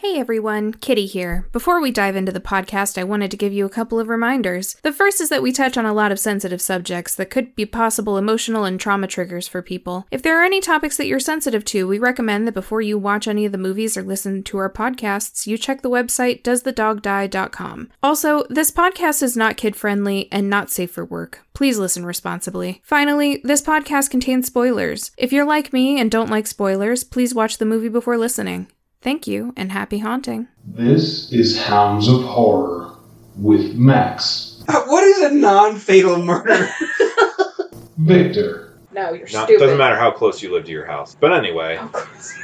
Hey everyone, Kitty here. Before we dive into the podcast, I wanted to give you a couple of reminders. The first is that we touch on a lot of sensitive subjects that could be possible emotional and trauma triggers for people. If there are any topics that you're sensitive to, we recommend that before you watch any of the movies or listen to our podcasts, you check the website doesthedogdie.com. Also, this podcast is not kid friendly and not safe for work. Please listen responsibly. Finally, this podcast contains spoilers. If you're like me and don't like spoilers, please watch the movie before listening. Thank you and happy haunting. This is Hounds of Horror with Max, What is a non-fatal murder? Victor, No, you're No, it stupid. doesn't matter how close you live to your house. But anyway, Of course.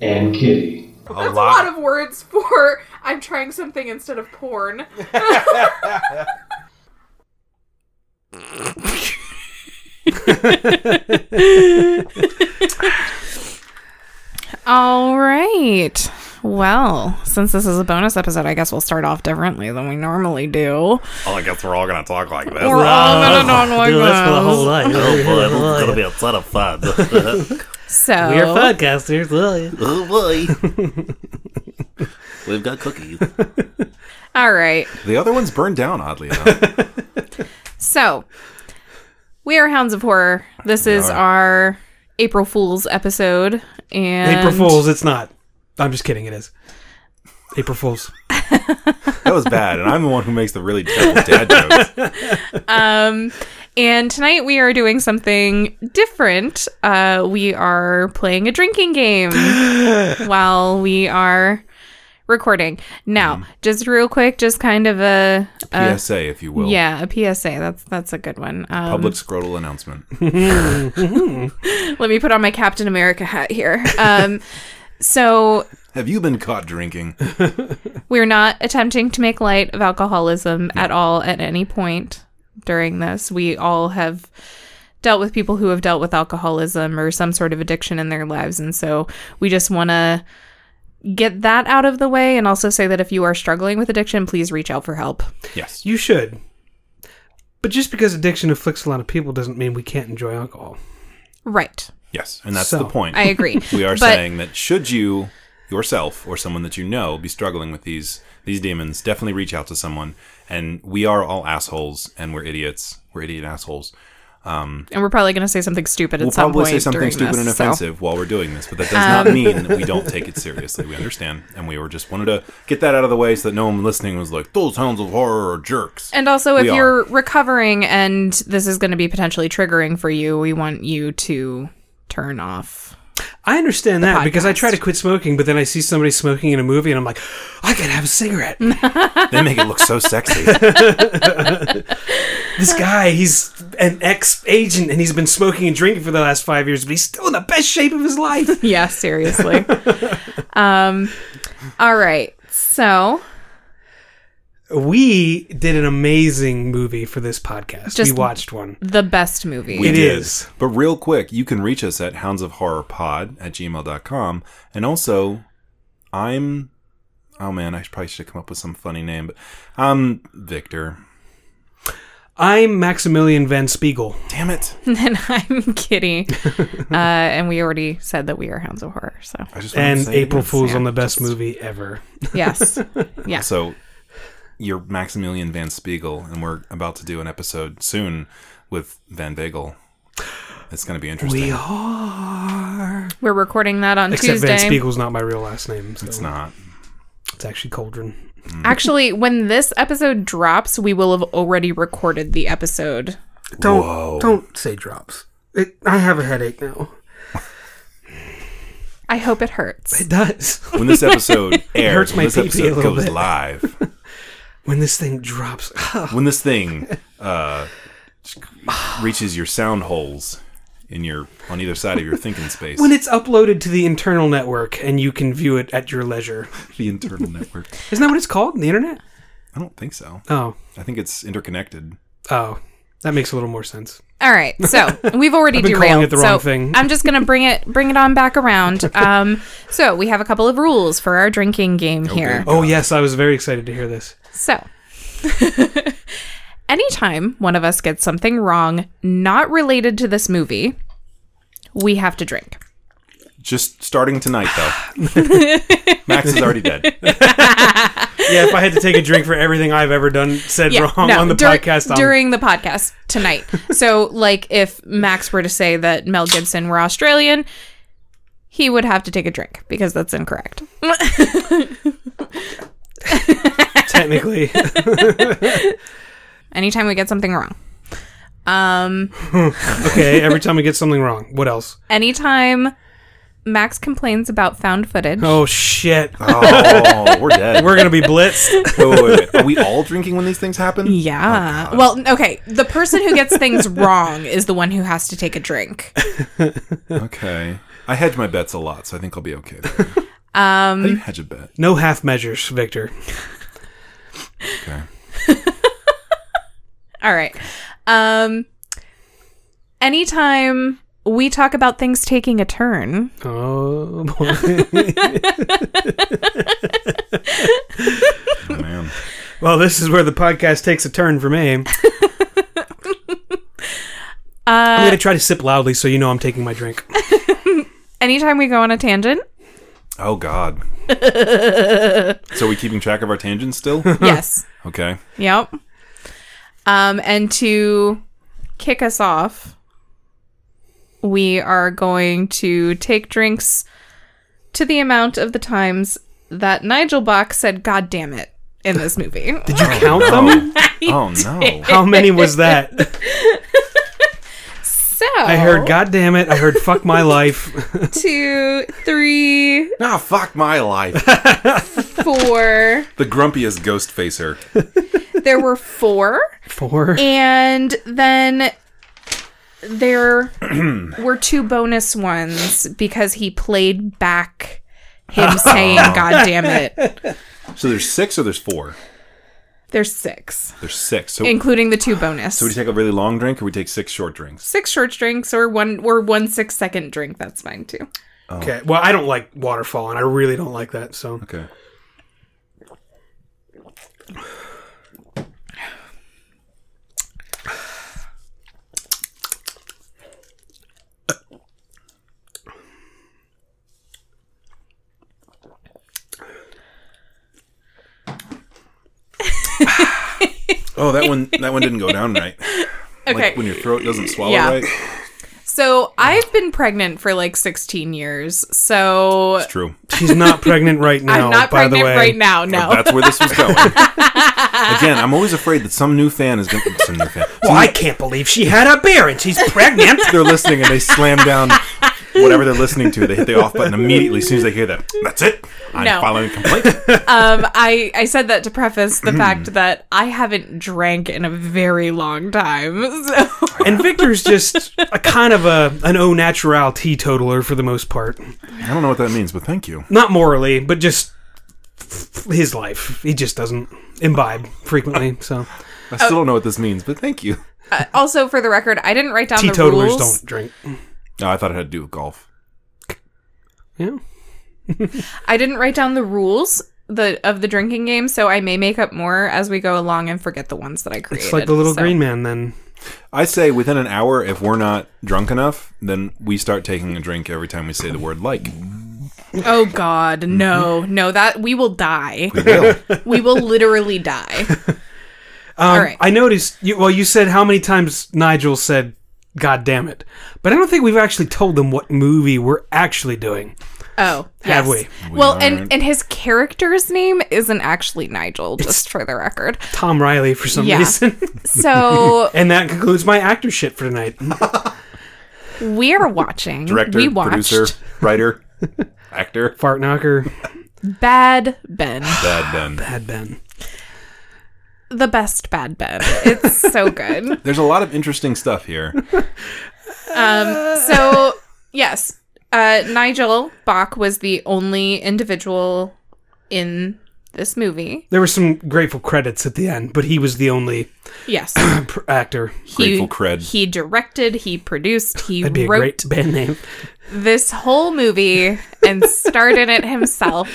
and Kitty. a That's a lot of words for I'm trying something instead of porn. All right. Well, since this is a bonus episode, I guess we'll start off differently than we normally do. Oh, I guess we're all gonna talk like this. We're all gonna talk like do this for the whole this. night. Oh boy, this Oh, is gonna yeah. be a ton of fun. we So We are podcasters. Oh, yeah. Oh boy, Oh, we've got cookies. All right. The other one's burned down, oddly enough. So we are Hounds of Horror. This is our April Fool's episode, and April Fools, it's not. I'm just kidding, it is. April Fools. That was bad, and I'm the one who makes the really terrible dad jokes. Um, and tonight we are doing something different. Uh, we are playing a drinking game while we are recording. Now, just real quick, just kind of a, a PSA, if you will. Uh, yeah, a PSA. That's that's a good one. Um, Public scrotal announcement. Let me put on my Captain America hat here. Um, so Have you been caught drinking? We're not attempting to make light of alcoholism at all at any point during this. We all have dealt with people who have dealt with alcoholism or some sort of addiction in their lives. And so we just want to get that out of the way and also say that if you are struggling with addiction, please reach out for help. Yes. You should. But just because addiction afflicts a lot of people doesn't mean we can't enjoy alcohol. Right. Yes, and that's So, the point. I agree. we are But- saying that should you yourself or someone that you know be struggling with these these demons, definitely reach out to someone. And we are all assholes, and we're idiots. We're idiot assholes. And we're probably going to say something stupid We'll at some point. probably say something during stupid this, and so- Um. offensive while we're doing this, but that does not mean that we don't take it seriously. We understand, and we were just wanted to get that out of the way so that no one listening was like, "Those hounds of horror are jerks." And also, if We are. you're recovering and this is going to be potentially triggering for you, we want you to turn off I understand that because I try podcast. to quit smoking, but then I see somebody smoking in a movie and I'm like, I could have a cigarette. they make it look so sexy. this guy, he's an ex agent and he's been smoking and drinking for the last five years, but he's still in the best shape of his life. yeah, seriously. um, all right. So we did an amazing movie for this podcast. Just- we watched one. the best movie. It It is, is. But real quick, you can reach us at houndsofhorrorpod at gmail.com. And also, I'm. Oh man, I probably should come up with some funny name, but I'm Victor. I'm Maximilian Van Spiegel. Damn it. and then I'm Kitty, uh, and we already said that we are Hounds of Horror. So I just wanted to and say it April again. Fool's Yeah, on the best movie ever. yes, yeah. So, you're Maximilian Van Spiegel, and we're about to do an episode soon with Van Bagel. It's going to be interesting. We are. We're recording that on Except Tuesday. Van Spiegel's not my real last name. So It's not. It's actually Cauldron. Actually, when this episode drops, we will have already recorded the episode. Don't Whoa. don't say drops. It, I have a headache now. I hope it hurts. It does. When this episode airs, hurts my when this pee-pee a episode little goes bit. live, When this thing drops, when this thing uh, reaches your sound holes in your on either side of your thinking space, when it's uploaded to the internal network and you can view it at your leisure. the internal network. Isn't that what it's called? The internet? I don't think so. Oh. I think it's interconnected. Oh. That makes a little more sense. All right, so we've already I've been calling derailed. it the so wrong thing. I'm just gonna bring it bring it on back around. Um, so we have a couple of rules for our drinking game here. Oh yes, I was very excited to hear this. So, Anytime one of us gets something wrong not related to this movie, we have to drink. Just starting tonight, though. Max is already dead. Yeah, if I had to take a drink for everything I've ever done said wrong no, on the dur- podcast, um, I'll- during the podcast tonight. so, like, if Max were to say that Mel Gibson were Australian, he would have to take a drink because that's incorrect. technically. Anytime we get something wrong, okay, every time we get something wrong. What else? anytime Max complains about found footage, Oh shit. Oh, we're dead. We're gonna be Wait, blitzed. wait, wait, wait. Are we all drinking when these things happen? Yeah. well, okay. The person who gets things wrong is the one who has to take a drink. Okay. I hedge my bets a lot, so I think I'll be okay. there. How do you hedge a bet? No half measures, Victor. Okay. All right. Um anytime we talk about things taking a turn, Oh boy. Oh, man. well, this is where the podcast takes a turn for me. Uh, I'm gonna try to sip loudly so you know I'm taking my drink. anytime we go on a tangent, Oh, God. so are we keeping track of our tangents still? yes. Okay. Yep. Um and to kick us off, we are going to take drinks to the amount of the times that Nigel Bach said god damn it in this movie. Did you count them? Oh, no. How many was that? so I heard God damn it. I heard fuck my life. two, three, Ah, fuck my life. four. The grumpiest ghost facer. there were four. Four. And then there were two bonus ones because he played back him saying, God damn it. So there's six or there's four? There's six, There's six. So including the two bonus. do we take a really long drink or we take six short drinks? six short drinks or one or one six second drink, that's fine too. Okay. Well, I don't like waterfall, and I really don't like that. So Okay. oh, that one that one didn't go down right. Okay. Like when your throat doesn't swallow Yeah. right. so I've been pregnant for like 16 years. So It's true. she's not pregnant right now. I'm not by pregnant the way. right now. No. That's where this was going. Again, I'm always afraid that some new fan is going to some new fan. Well, I can't believe she had a bear and she's pregnant. they're listening and they slam down whatever they're listening to. They hit the off button immediately as soon as they hear that. That's it. I'm No. filing a complaint. Um, I, I said that to preface the fact that I haven't drank in a very long time. So And Victor's just a kind of a an au natural teetotaler for the most part. I don't know what that means, but thank you. Not morally, but just f- his life. He just doesn't imbibe frequently. So I Oh. still don't know what this means, but thank you. also for the record, I didn't write down the teetotalers rules. don't drink. No, I thought it had to do with golf. Yeah. I didn't write down the rules the of the drinking game, so I may make up more as we go along and forget the ones that I created. It's like the little so- green man then. I say within an hour, if we're not drunk enough, then we start taking a drink every time we say the word like. Oh God, Mm-hmm. no, no, that we will die. Will. we will literally die. All right. Um, I noticed you well, you said how many times Nigel said God damn it. But I don't think we've actually told them what movie we're actually doing. Oh, Have yes. We Well, are- and and his character's name isn't actually Nigel, just for the record. Tom Riley for some Yeah. reason. So and that concludes my actor shit for tonight. we are watching. Director, we watched producer, writer, actor. Fart knocker Bad Ben. Bad Ben. had been. the best bad Ben. It's so good. There's a lot of interesting stuff here. Um, so yes, uh, Nigel Bach was the only individual in this movie. There were some grateful credits at the end, but he was the only Yes, pr- actor. he, Grateful cred. He directed, he produced, he That'd be a wrote great band name. this whole movie and started it himself.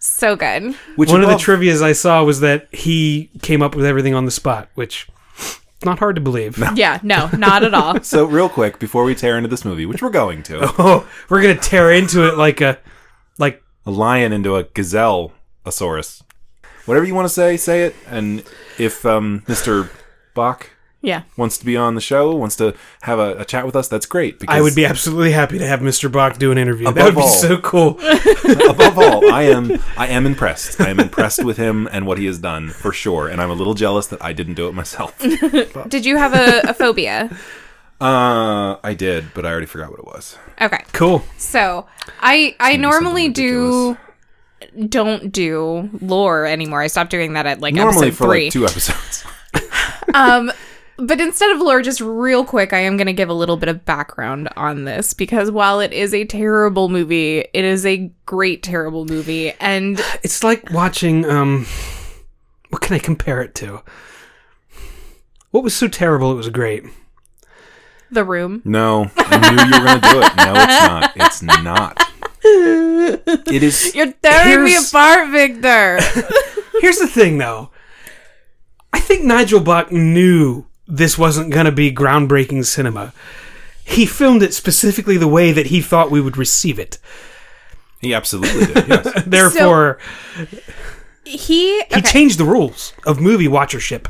So good. Which One of the involved- trivia's I saw was that he came up with everything on the spot, which not hard to believe. Yeah, no, not at all. So real quick before we tear into this movie, which we're going to, Oh, we're gonna tear into it like a like a lion into a gazelle, a saurus, whatever you want to say, say it. And if um, Mr. Bach Yeah. wants to be on the show, wants to have a, a chat with us, that's great. Because I would be absolutely happy to have Mr. Bach do an interview. That Above would be all. so cool. above all, I am I am impressed. I am impressed with him and what he has done for sure. And I'm a little jealous that I didn't do it myself. Did you have a, a phobia? Uh, I did, but I already forgot what it was. Okay. Cool. So I I normally something do don't do lore anymore. I stopped doing that at like Normally episode for three. like two episodes. but instead of lore, just real quick, I am going to give a little bit of background on this because while it is a terrible movie, it is a great terrible movie, and It's like watching um what can I compare it to? What was so terrible it was great? The Room. No, I knew you were going to do it. No, it's not. It's not. It is. You're tearing me Here's- apart, Victor. Here's the thing though. I think Nigel Bach knew this wasn't gonna be groundbreaking cinema. He filmed it specifically the way that he thought we would receive it. He absolutely did. Yes. Therefore, he he changed the rules of movie watchership.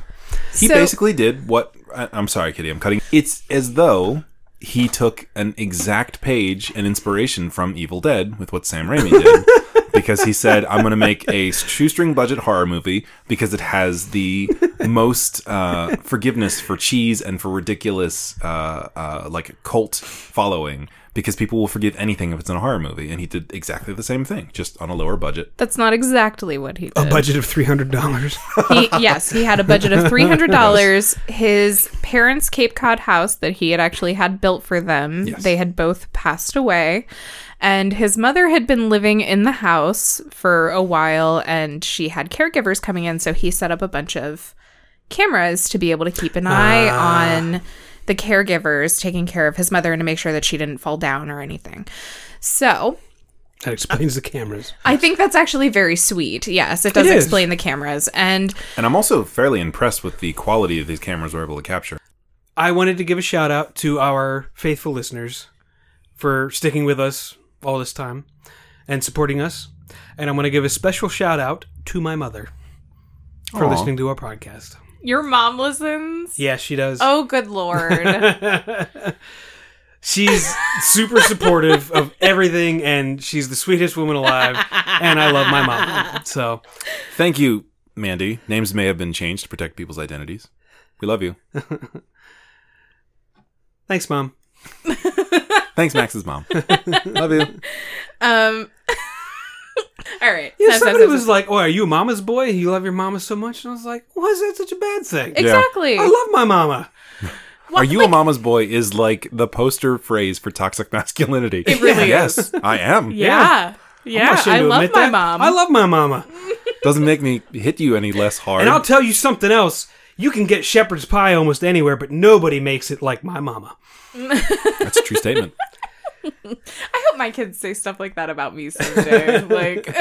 He So- basically did what. I, I'm sorry, Kitty. I'm cutting. It's as though he took an exact page and inspiration from Evil Dead with what Sam Raimi did. Because he said, "I'm going to make a shoestring budget horror movie because it has the most uh, forgiveness for cheese and for ridiculous uh, uh, like cult following because people will forgive anything if it's in a horror movie." And he did exactly the same thing, just on a lower budget. That's not exactly what he did. A budget of three hundred dollars. he, yes, he had a budget of three hundred dollars. His parents' Cape Cod house that he had actually had built for them. Yes. They had both passed away, and his mother had been living in the house for a while, and she had caregivers coming in. So he set up a bunch of cameras to be able to keep an eye on the caregivers taking care of his mother and to make sure that she didn't fall down or anything. So That explains the cameras. I think that's actually very sweet. Yes, it does is. explain the cameras and. And I'm also fairly impressed with the quality that these cameras were able to capture. I wanted to give a shout out to our faithful listeners for sticking with us all this time and supporting us. And I'm going to give a special shout out to my mother for Aw. listening to our podcast. Your mom listens? Yeah, she does. Oh, good lord. She's super supportive of everything, and she's the sweetest woman alive. And I love my mom. So Thank you, Mandy. Names may have been changed to protect people's identities. We love you. thanks, mom. Thanks, Max's mom. love you. Um. all right. Yeah, Stop, stop, somebody stop, was stop. like, "Oh, are you a mama's boy? You love your mama so much?" And I was like, "Why is that such a bad thing? exactly. I love my mama." Are you a mama's boy? Is like the poster phrase for toxic masculinity. It really yes, I am. Yeah. I'm Yeah, not ashamed I to love admit my that. mom. I love my mama. Doesn't make me hit you any less hard. And I'll tell you something else. You can get shepherd's pie almost anywhere, but nobody makes it like my mama. That's a true statement. I hope my kids say stuff like that about me someday. like,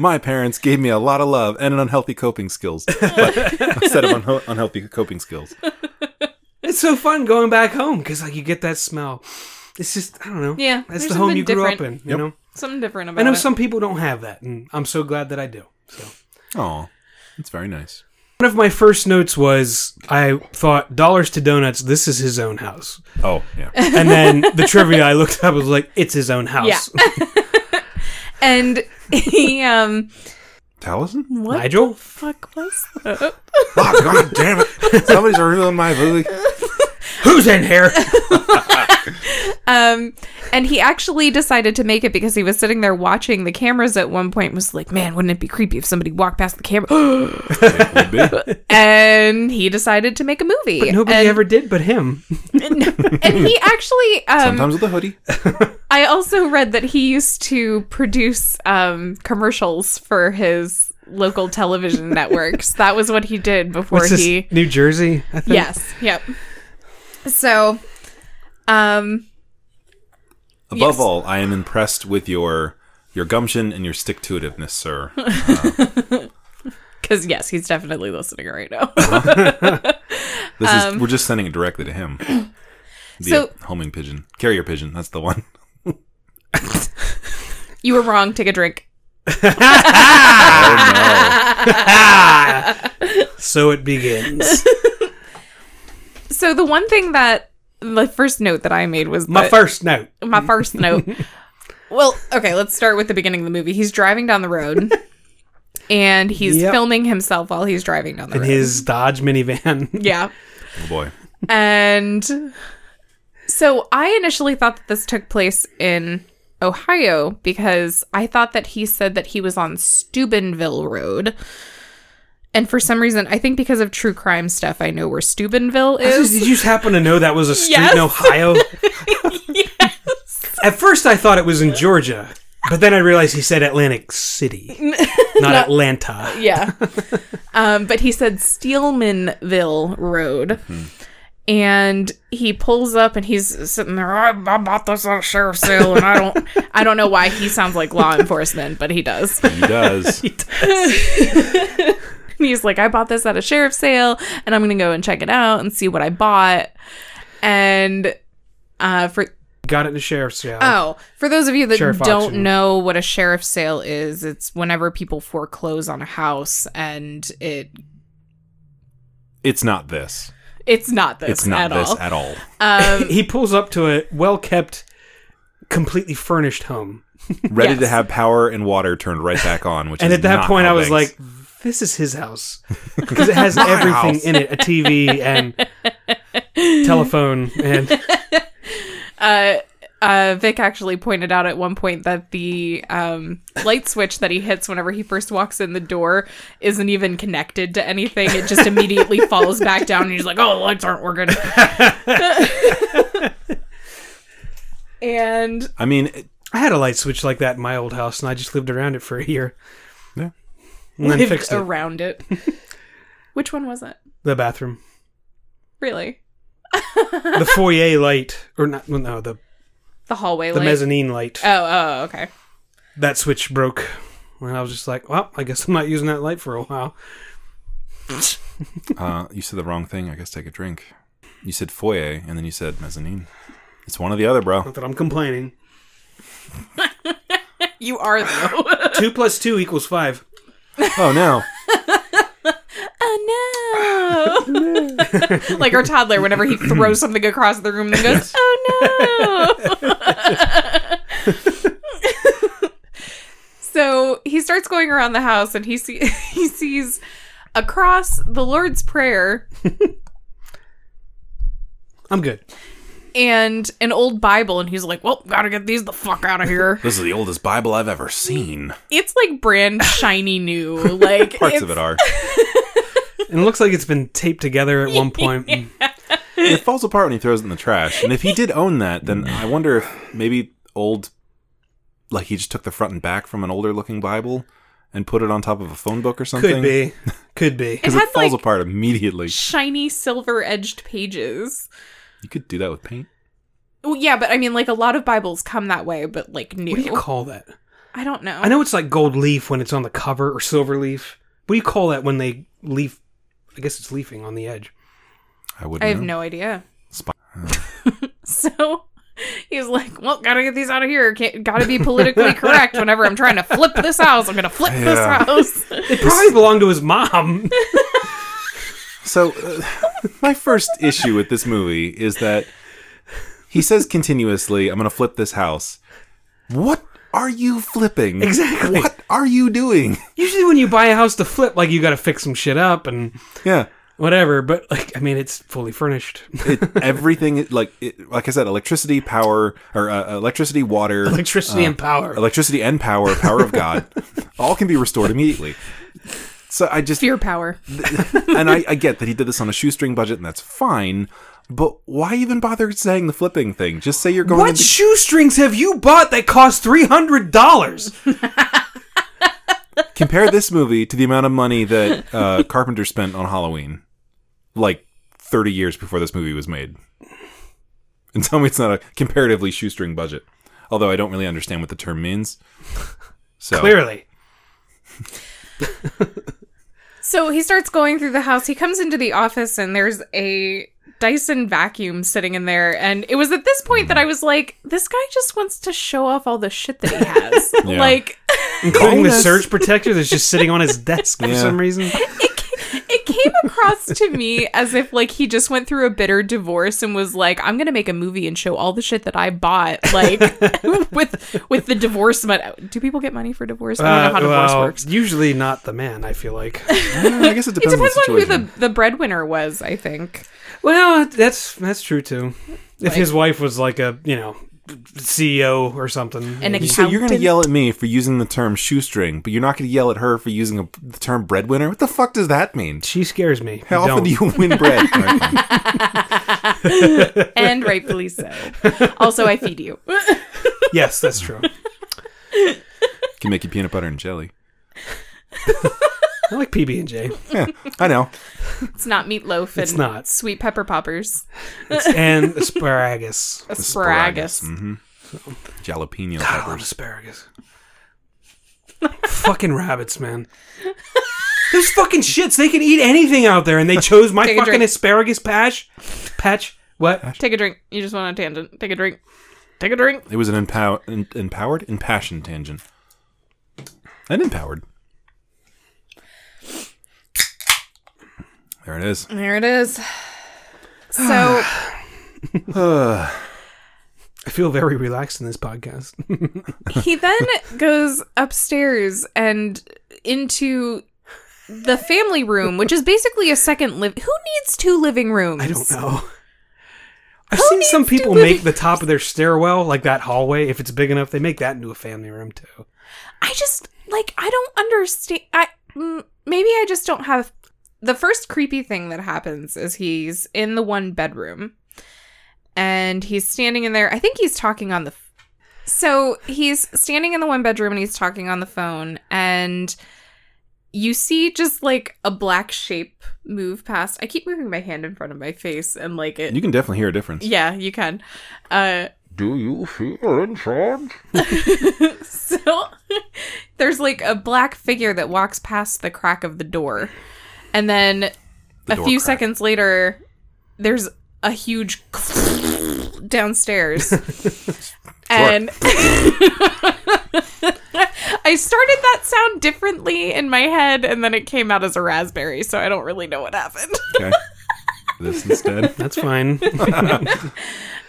My parents gave me a lot of love and an unhealthy coping skills. But a set of unhe- unhealthy coping skills. It's so fun going back home because like you get that smell. It's just I don't know. Yeah, that's there's the home something you grew up in. different. You know. something different about I know it. some people don't have that, and I'm so glad that I do. So Oh, that's very nice. one of my first notes was I thought dollars to donuts. This is his own house. Oh, yeah. And then the trivia I looked up was like it's his own house. and he um. Taliesin? Nigel. Fuck was Oh, God damn it. Somebody's ruining my movie. Who's in here? Um, and he actually decided to make it because he was sitting there watching the cameras at one point. and Was like, man, wouldn't it be creepy if somebody walked past the camera? Would be. and he decided to make a movie. But nobody and, ever did but him. And he actually um, Sometimes with a hoodie. I also read that he used to produce um, commercials for his local television networks. That was what he did before What's this, he New Jersey? I think. Yes. Yep. So, um, Above Yes. all, I am impressed with your your gumption and your stick to itiveness, sir. Uh, Because yes, he's definitely listening right now. this is we're just sending it directly to him. The Um, So- homing pigeon, carrier pigeon. That's the one. you were wrong. Take a drink. Ah. So it begins. So the one thing that the first note that I made was My that- first note. my first note. Well, okay, let's start with the beginning of the movie. He's driving down the road, and he's Yep. filming himself while he's driving down the In road. his Dodge minivan. yeah, Oh boy. and so I initially thought that this took place in Ohio because I thought that he said that he was on Steubenville Road. And for some reason, I think because of true crime stuff, I know where Steubenville Did is. you just happen to know that was a street Yes. in Ohio? At first, I thought it was in Georgia, but then I realized he said Atlantic City, not Atlanta. yeah. um, but he said Steelmanville Road. And he pulls up and he's sitting there. I, I bought this at a sheriff's sale, and I don't, I don't know why he sounds like law enforcement, but he does. He does. And he's like, I bought this at a sheriff's sale, and I'm gonna go and check it out and see what I bought. And uh, for Got it in the sheriff's sale. oh, for those of you that Sheriff don't auction. know what a sheriff's sale is, it's whenever people foreclose on a house, and it it's not this. it's not this It's not at this all. at all. Um, he pulls up to a well kept, completely furnished home. Ready to Yes. have power and water turned right back on. Which And is at that not point, how I was banks- like, this is his house. Because it has everything house. in it a TV and telephone. And uh, uh, Vic actually pointed out at one point that the um, light switch that he hits whenever he first walks in the door isn't even connected to anything. It just immediately falls back down, and he's like, "Oh, the lights aren't working." and I mean, it- I had a light switch like that in my old house, and I just lived around it for a year. Yeah. And then lived fixed it. around it. Which one was it? The bathroom. Really, The foyer light. Or not, well, no, the, the hallway the light. mezzanine light. oh, oh, okay. that switch broke. And I was just like, well, I guess I'm not using that light for a while. uh, you said the wrong thing. I guess take a drink. You said foyer, and then you said mezzanine. It's one or the other, bro. Not that I'm complaining. You are though. two plus two equals five. Oh no. oh no! like our toddler, whenever he throws something across the room, and goes, "Oh no!" so he starts going around the house, and he see- he sees across the Lord's Prayer I'm good. and an old Bible, and he's like, "Well, gotta get these the fuck out of here." This is the oldest Bible I've ever seen. It's like brand shiny new, like Parts it's- of it are. And it looks like it's been taped together at one point. it falls apart when he throws it in the trash. And if he did own that, then I wonder if maybe old, like he just took the front and back from an older looking Bible and put it on top of a phone book or something. Could be. Could be. Because It it, had, falls like- apart immediately. Shiny silver edged pages. You could do that with paint. Well, yeah, but I mean, like a lot of Bibles come that way, but like new. What do you call that? I don't know. I know it's like gold leaf when it's on the cover or silver leaf. What do you call that when they leaf? I guess it's leafing on the edge. I wouldn't. I have know. no idea. Sp- so he's like, "Well, gotta get these out of here. Can't, gotta be politically correct. Whenever I'm trying to flip this house, I'm gonna flip Yeah. this house." It probably belonged to his mom. So, uh, my first issue with this movie is that he says continuously, I'm going to flip this house. What are you flipping? Exactly. What are you doing? Usually, when you buy a house to flip, like you got to fix some shit up and Yeah. whatever. But like, I mean, it's fully furnished. it, everything like it, like I said, electricity, power, or uh, electricity, water, Electricity Uh, and power. electricity and power, power of God, all can be restored immediately. So I just Fear power. and I, I get that he did this on a shoestring budget, and that's fine. But why even bother saying the flipping thing? Just say you're going. what into- shoestrings have you bought that cost three hundred dollars? compare this movie to the amount of money that uh, Carpenter spent on Halloween, like thirty years before this movie was made, and tell me it's not a comparatively shoestring budget. although I don't really understand what the term means. So Clearly. So he starts going through the house. He comes into the office and there's a Dyson vacuum sitting in there. And it was at this point that I was like, this guy just wants to show off all the shit that he has. Yeah. Like, Including the Kindness. surge protector that's just sitting on his desk for Yeah. some reason. it came across to me as if like he just went through a bitter divorce and was like i'm gonna make a movie and show all the shit that i bought like with with the divorce money do people get money for divorce i don't know how Uh, divorce well, works Usually not the man, I feel like. Yeah, I guess it it depends depends, on the on who situation. the, the breadwinner was i think well, that's that's true too. If his wife was like a, you know, CEO or something. an accountant so you're going to yell at me for using the term shoestring, but you're not going to yell at her for using a, the term breadwinner. What the fuck does that mean? she scares me. How Don't. often do you win bread? Okay. and rightfully so also i feed you Yes, that's true. Can make you peanut butter and jelly. I like PB and J. Yeah, I know. it's not meatloaf and It's not. sweet pepper poppers And asparagus. asparagus, hmm Jalapeno I love peppers. asparagus. fucking rabbits, man. Those fucking shits. They can eat anything out there, and they chose my Take a fucking drink. asparagus patch. Patch. What? take a drink you just went on a tangent take a drink take a drink It was an empow- en- empowered, impassioned tangent. And empowered. There it is. there it is so I feel very relaxed in this podcast. he then goes upstairs and into the family room, which is basically a second live. Who needs two living rooms? I don't know. I've seen some people make the top of their stairwell, like that hallway, if it's big enough, they make that into a family room too. I just like I don't understand. I mm, maybe I just don't have the first creepy thing that happens is he's in the one bedroom and he's standing in there. I think he's talking on the f- so he's standing in the one bedroom and he's talking on the phone and you see just like a black shape move past. I keep moving my hand in front of my face and like it. You can definitely hear a difference. yeah, you can. Uh, Do you feel in charge? So there's like a black figure that walks past the crack of the door. And then The a door few crack. seconds later, there's a huge downstairs. and I started that sound differently in my head, and then it came out as a raspberry, so I don't really know what happened. Okay. this instead. That's fine.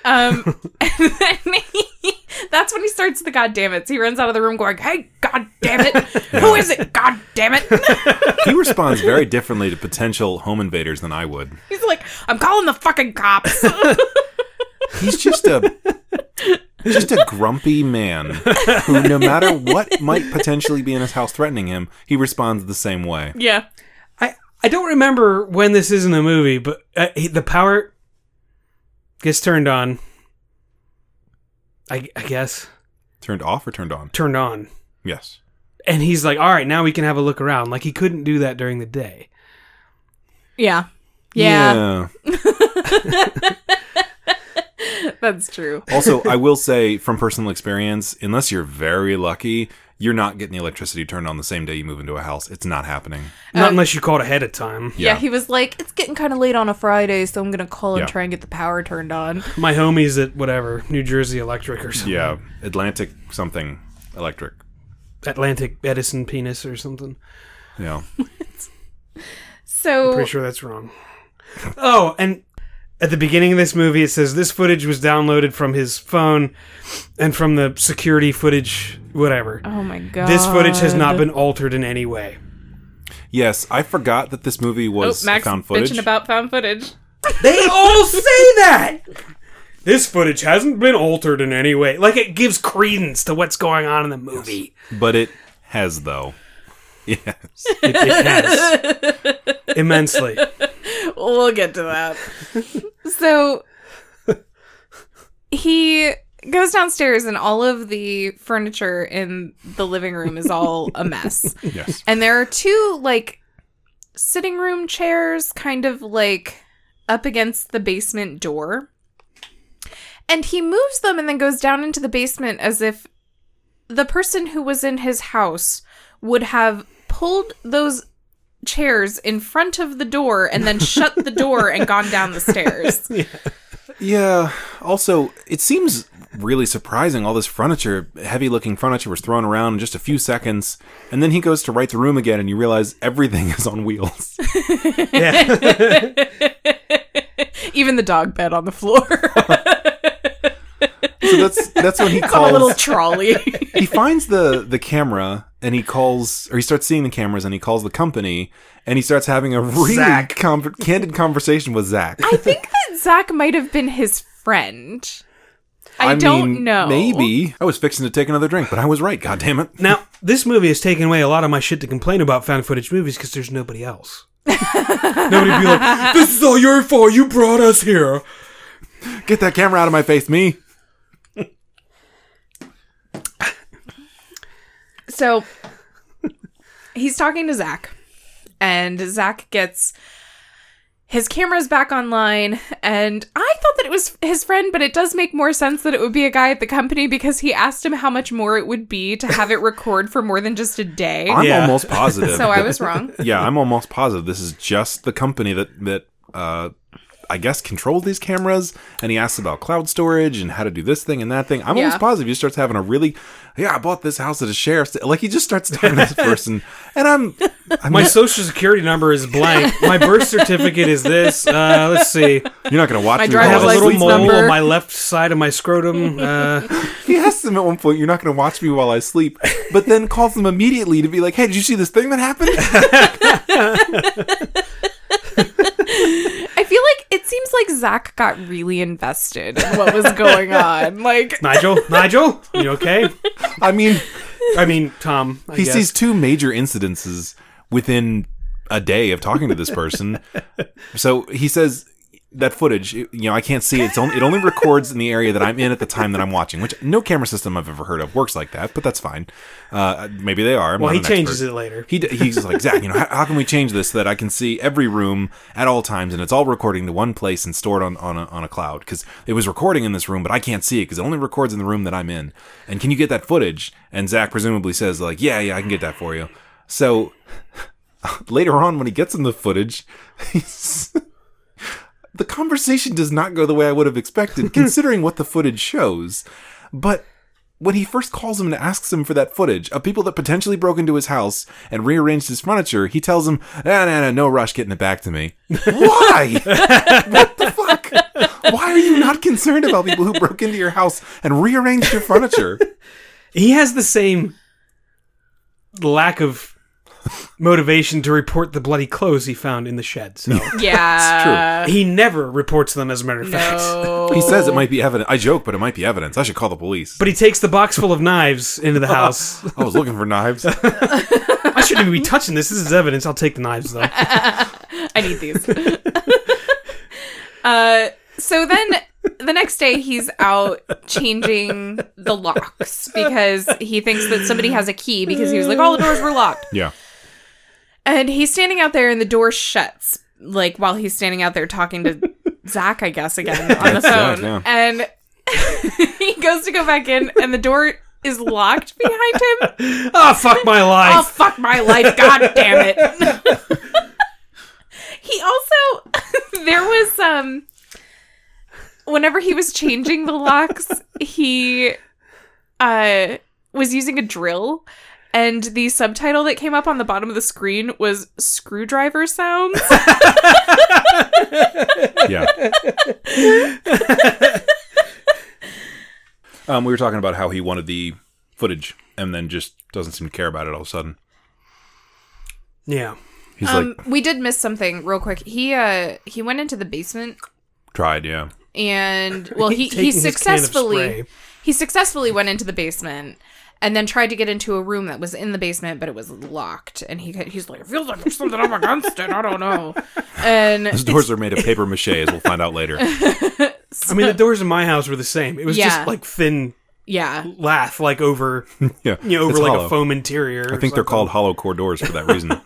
Um, and then he, that's when he starts the goddammits. He runs out of the room going, "Hey, goddammit, who is it? Goddammit!" He responds very differently to potential home invaders than I would. He's like, "I'm calling the fucking cops." He's just a just a grumpy man who no matter what might potentially be in his house threatening him, he responds the same way. yeah, I I don't remember when this isn't a movie, but uh, he- the power gets turned on. I, I guess Turned off or turned on? turned on, Yes. and he's like, "All right, now we can have a look around." Like he couldn't do that during the day. yeah, yeah. yeah. That's true. Also, I will say from personal experience, unless you're very lucky, you're not getting the electricity turned on the same day you move into a house. It's not happening. Not unless you called ahead of time. Yeah. Yeah. he was like, "It's getting kind of late on a Friday, so I'm gonna call and Yeah. try and get the power turned on." My homies at whatever New Jersey Electric or something. Yeah. Atlantic something electric. Atlantic Edison penis or something. Yeah. So Pretty sure that's wrong. Oh, and at the beginning of this movie, it says this footage was downloaded from his phone and from the security footage, whatever. Oh my god. This footage has not been altered in any way. Yes, I forgot that this movie Oh, was Max found footage. bitching about found footage. They all say that. This footage hasn't been altered in any way. Like it gives credence to what's going on in the movie. but it has though. Yes. It, it has immensely. We'll get to that. so he goes downstairs and all of the furniture in the living room is all a mess. Yes. And there are two like sitting room chairs kind of like up against the basement door. And he moves them and then goes down into the basement as if the person who was in his house would have pulled those chairs in front of the door and then shut the door and gone down the stairs. Yeah. Also, it seems really surprising all this furniture, heavy looking furniture, was thrown around in just a few seconds. And then he goes to right the room again, and you realize everything is on wheels. Yeah. Even the dog bed on the floor. So that's that's when he on a little calls. trolley. He finds the the camera and he calls, or he starts seeing the cameras and he calls the company and he starts having a really Zach. con- candid conversation with Zach. I think that Zach might have been his friend. I, don't mean, know. Maybe I was fixing to take another drink, but I was right. God damn it! now, this movie has taken away a lot of my shit to complain about found footage movies because there's nobody else. nobody be like, this is all your fault. You brought us here. Get that camera out of my face, me. So he's talking to Zach, and Zach gets his cameras back online. And I thought that it was his friend, but it does make more sense that it would be a guy at the company because he asked him how much more it would be to have it record for more than just a day. I'm Yeah. almost positive. so I that- was wrong. yeah, I'm almost positive this is just the company that that uh, I guess controlled these cameras. And he asks about cloud storage and how to do this thing and that thing. I'm Yeah. almost positive he starts having a really, yeah, I bought this house at a sheriff's. Like he just starts talking to this person, and I'm, I'm My social security number is blank. My birth certificate is this. Uh, let's see. you're not gonna watch. My me I while have a I little sleep, mole are you? number. on my left side of my scrotum. Uh, He asks him at one point, "You're not gonna watch me while I sleep," but then calls him immediately to be like, "Hey, did you see this thing that happened?" I feel like it seems like Zach got really invested in what was going on. Like, Nigel, Nigel, you okay? I mean. I mean, Tom. I he guess. sees two major incidences within a day of talking to this person. so he says that footage, you know, I can't see it. It's only, it only records in the area that I'm in at the time that I'm watching, which no camera system I've ever heard of works like that, but that's fine. Uh, maybe they are. I'm Well, not he an changes expert. it later. He, d- he's just like, Zach, you know, how, how can we change this so that I can see every room at all times and it's all recording to one place and stored on, on, a, on a cloud? Because it was recording in this room, but I can't see it because it only records in the room that I'm in. And can you get that footage? And Zach presumably says, like, yeah, yeah, I can get that for you. So later on, when he gets in the footage, he's. The conversation does not go the way I would have expected, considering what the footage shows. But when he first calls him and asks him for that footage of people that potentially broke into his house and rearranged his furniture, he tells him, "No, no, no, no rush getting it back to me." Why? what the fuck? Why are you not concerned about people who broke into your house and rearranged your furniture? He has the same lack of motivation to report the bloody clothes he found in the shed. So yeah, he never reports them, as a matter of fact. No. He says it might be evidence. I joke, but it might be evidence. I should call the police. But he takes the box full of knives into the house. I was looking for knives. I shouldn't even be touching this. This is evidence. I'll take the knives though. I need these. uh, so then the next day he's out changing the locks because he thinks that somebody has a key because he was like all the doors were locked. Yeah. And he's standing out there and the door shuts like while he's standing out there talking to Zach, I guess again on the That's Zach, phone. yeah. And he goes to go back in and the door is locked behind him. oh fuck my life! Oh fuck my life, god damn it. he also there was um whenever he was changing the locks, he uh was using a drill and the subtitle that came up on the bottom of the screen was screwdriver sounds. yeah. um, we were talking about how he wanted the footage and then just doesn't seem to care about it all of a sudden. yeah, He's um like, we did miss something real quick. He uh he went into the basement tried, yeah. and well he Taking he his can of successfully spray. he successfully went into the basement and then tried to get into a room that was in the basement but it was locked and he he's like it feels like there's something up against it i don't know Those and doors are made of paper mache, as we'll find out later. I mean the doors in my house were the same. It was Yeah. just like thin yeah lath, like over Yeah, you know, over It's like hollow. a foam interior. or I think they're something. called hollow core doors for that reason.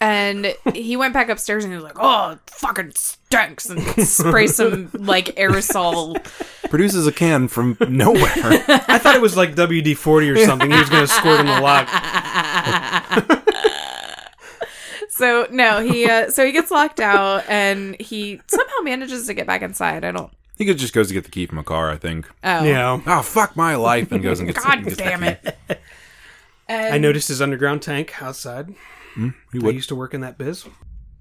and he went back upstairs and he was like oh it fucking stinks and spray some like aerosol produces a can from nowhere. I thought it was like WD 40 or something. He was going to squirt him a lot. So no, he uh, so he gets locked out, and he somehow manages to get back inside. I don't. he could- just goes to get the key from a car, I think. Oh, You know, Oh fuck my life! And goes and gets. God gets the damn key. it! And I noticed his underground tank outside. Hmm, He I would. used to work in that biz.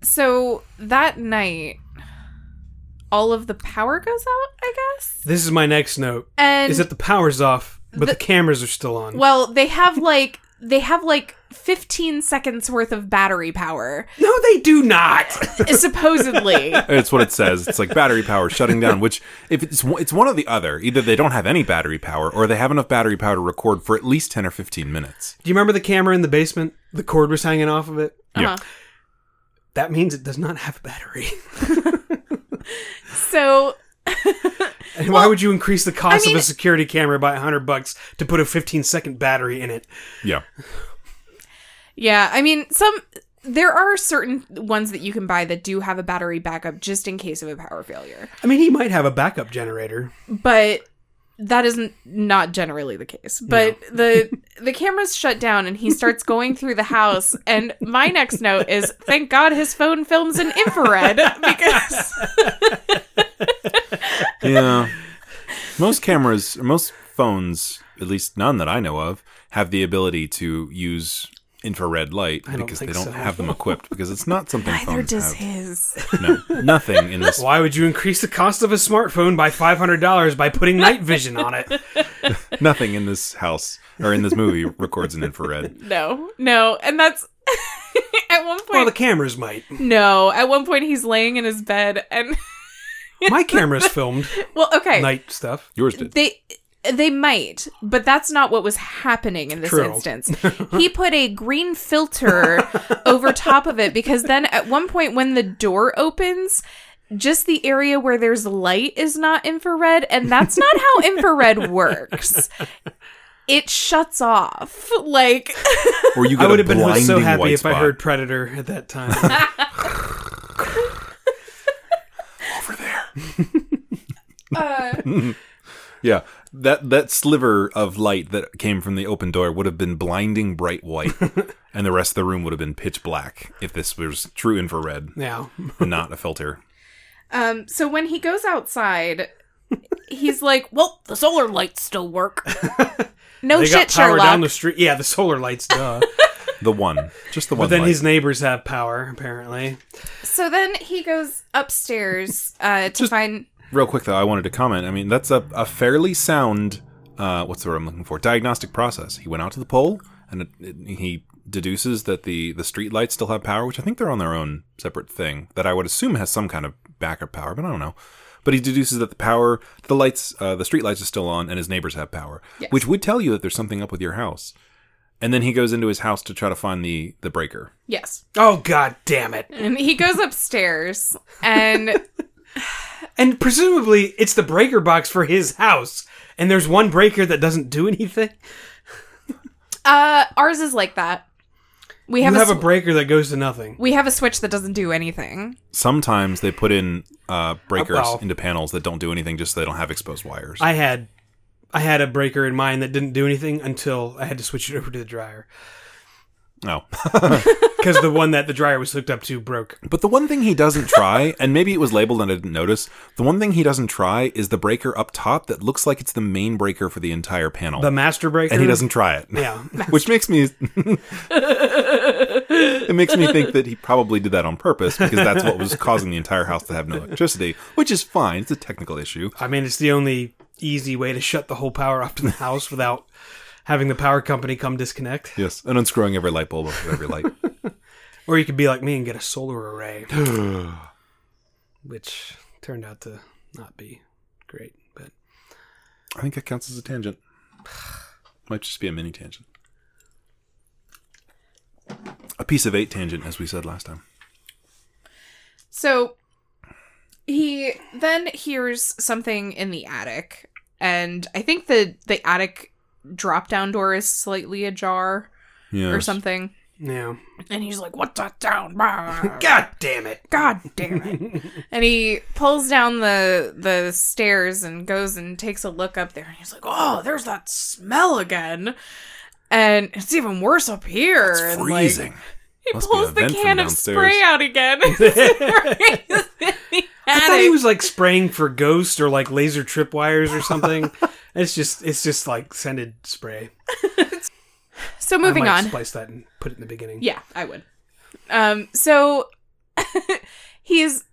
So that night, all of the power goes out. I guess. This is my next note. And is that the power's off, but the, The- cameras are still on? well, they have like they have like 15 seconds worth of battery power, no, they do not. supposedly. It's what it says. It's like battery power shutting down. Which, if it's one- it's one or the other, either they don't have any battery power, or they have enough battery power to record for at least ten or fifteen minutes. do you remember the camera in the basement? The cord was hanging off of it. Uh-huh. That means it does not have a battery. So And why would you increase the cost I mean- of a security camera by 100 bucks to put a 15 second battery in it? Yeah, yeah, I mean some. There are certain ones that you can buy that do have a battery backup just in case of a power failure. I mean, he might have a backup generator. but that isn't not generally the case. But the the camera's shut down and he starts going through the house and my next note is thank God his phone films in infrared because yeah. most cameras, most phones, at least none that I know of, have the ability to use infrared light don't because they think don't so. have them equipped because it's not something neither phones does have. his. No, nothing in this. Why would you increase the cost of a smartphone by $500 by putting night vision on it? Nothing in this house or in this movie records in infrared. No, no, and that's at one point. Well, the cameras might. no, at one point he's laying in his bed and My camera's filmed well, okay, night stuff. Yours did. they they might but that's not what was happening in this True. instance he put a green filter over top of it because then at one point when the door opens just the area where there's light is not infrared and that's not how infrared works it shuts off like Or you I got would a have been blinding so happy white if I spot. heard Predator at that time. Yeah, that that sliver of light that came from the open door would have been blinding bright white, and the rest of the room would have been pitch black if this was true infrared, now, and not a filter. um so when he goes outside he's like well the solar lights still work no they Oh, shit got power sherlock down the street. Yeah, the solar lights, duh. The one, just the one. but then light. his neighbors have power, apparently. So then he goes upstairs uh, to find. Real quick though, I wanted to comment. I mean, that's a, a fairly sound. Uh, what's the word I'm looking for? Diagnostic process. He went out to the pole, and it, it- he deduces that the the street lights still have power, which I think they're on their own separate thing that I would assume has some kind of backup power, but I don't know. But he deduces that the power, the lights, uh, the street lights are still on, and his neighbors have power, which would tell you that there's something up with your house. And then he goes into his house to try to find the the breaker. Yes. Oh, god damn it. And he goes upstairs and And presumably, it's the breaker box for his house. And there's one breaker that doesn't do anything. uh, ours is like that. We You have, have, a, a sw- breaker that goes to nothing. we have a switch that doesn't do anything. Sometimes they put in uh, breakers wow. into panels that don't do anything, just so they don't have exposed wires. I had, I had a breaker in mine that didn't do anything until I had to switch it over to the dryer No. because the one that the dryer was hooked up to broke. But the one thing he doesn't try, and maybe it was labeled and I didn't notice, the one thing he doesn't try is the breaker up top that looks like it's the main breaker for the entire panel. The master breaker. and he doesn't try it. Yeah. Which makes me. it makes me think that he probably did that on purpose because that's what was causing the entire house to have no electricity, which is fine. It's a technical issue. I mean, it's the only easy way to shut the whole power off to the house without having the power company come disconnect. Yes, and unscrewing every light bulb of every light. Or you could be like me and get a solar array, which turned out to not be great. But I think that counts as a tangent. Might just be a mini tangent. A piece of eight tangent, as we said last time. So he then hears something in the attic. And I think the, the attic drop down door is slightly ajar Yeah. or something. Yeah. And he's like, "What's that sound?" Bah." God damn it. God damn it! and he pulls down the the stairs and goes and takes a look up there, and he's like, "Oh, there's that smell again." And it's even worse up here. and like, Freezing. he Must be pulls a the vent from can of downstairs. spray out again. and sprays in the I thought he attic. was like spraying for ghosts or like laser tripwires or something. it's just it's just like scented spray. so moving I might on. Splice that and put it in the beginning. Yeah, I would. Um, so he's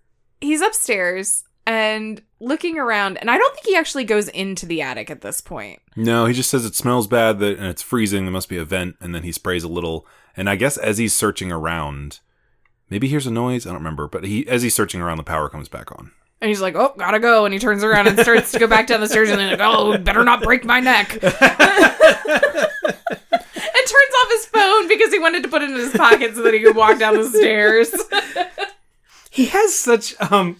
he's upstairs and looking around, and I don't think he actually goes into the attic at this point. No, he just says it smells bad that and it's freezing. There must be a vent, and then he sprays a little. And I guess as he's searching around, maybe he hears a noise. I don't remember, but he as he's searching around, the power comes back on. And he's like, "Oh, gotta go," and he turns around and starts to go back down the stairs, and he's like, "Oh, better not break my neck." and turns off his phone because he wanted to put it in his pocket so that he could walk down the stairs. He has such um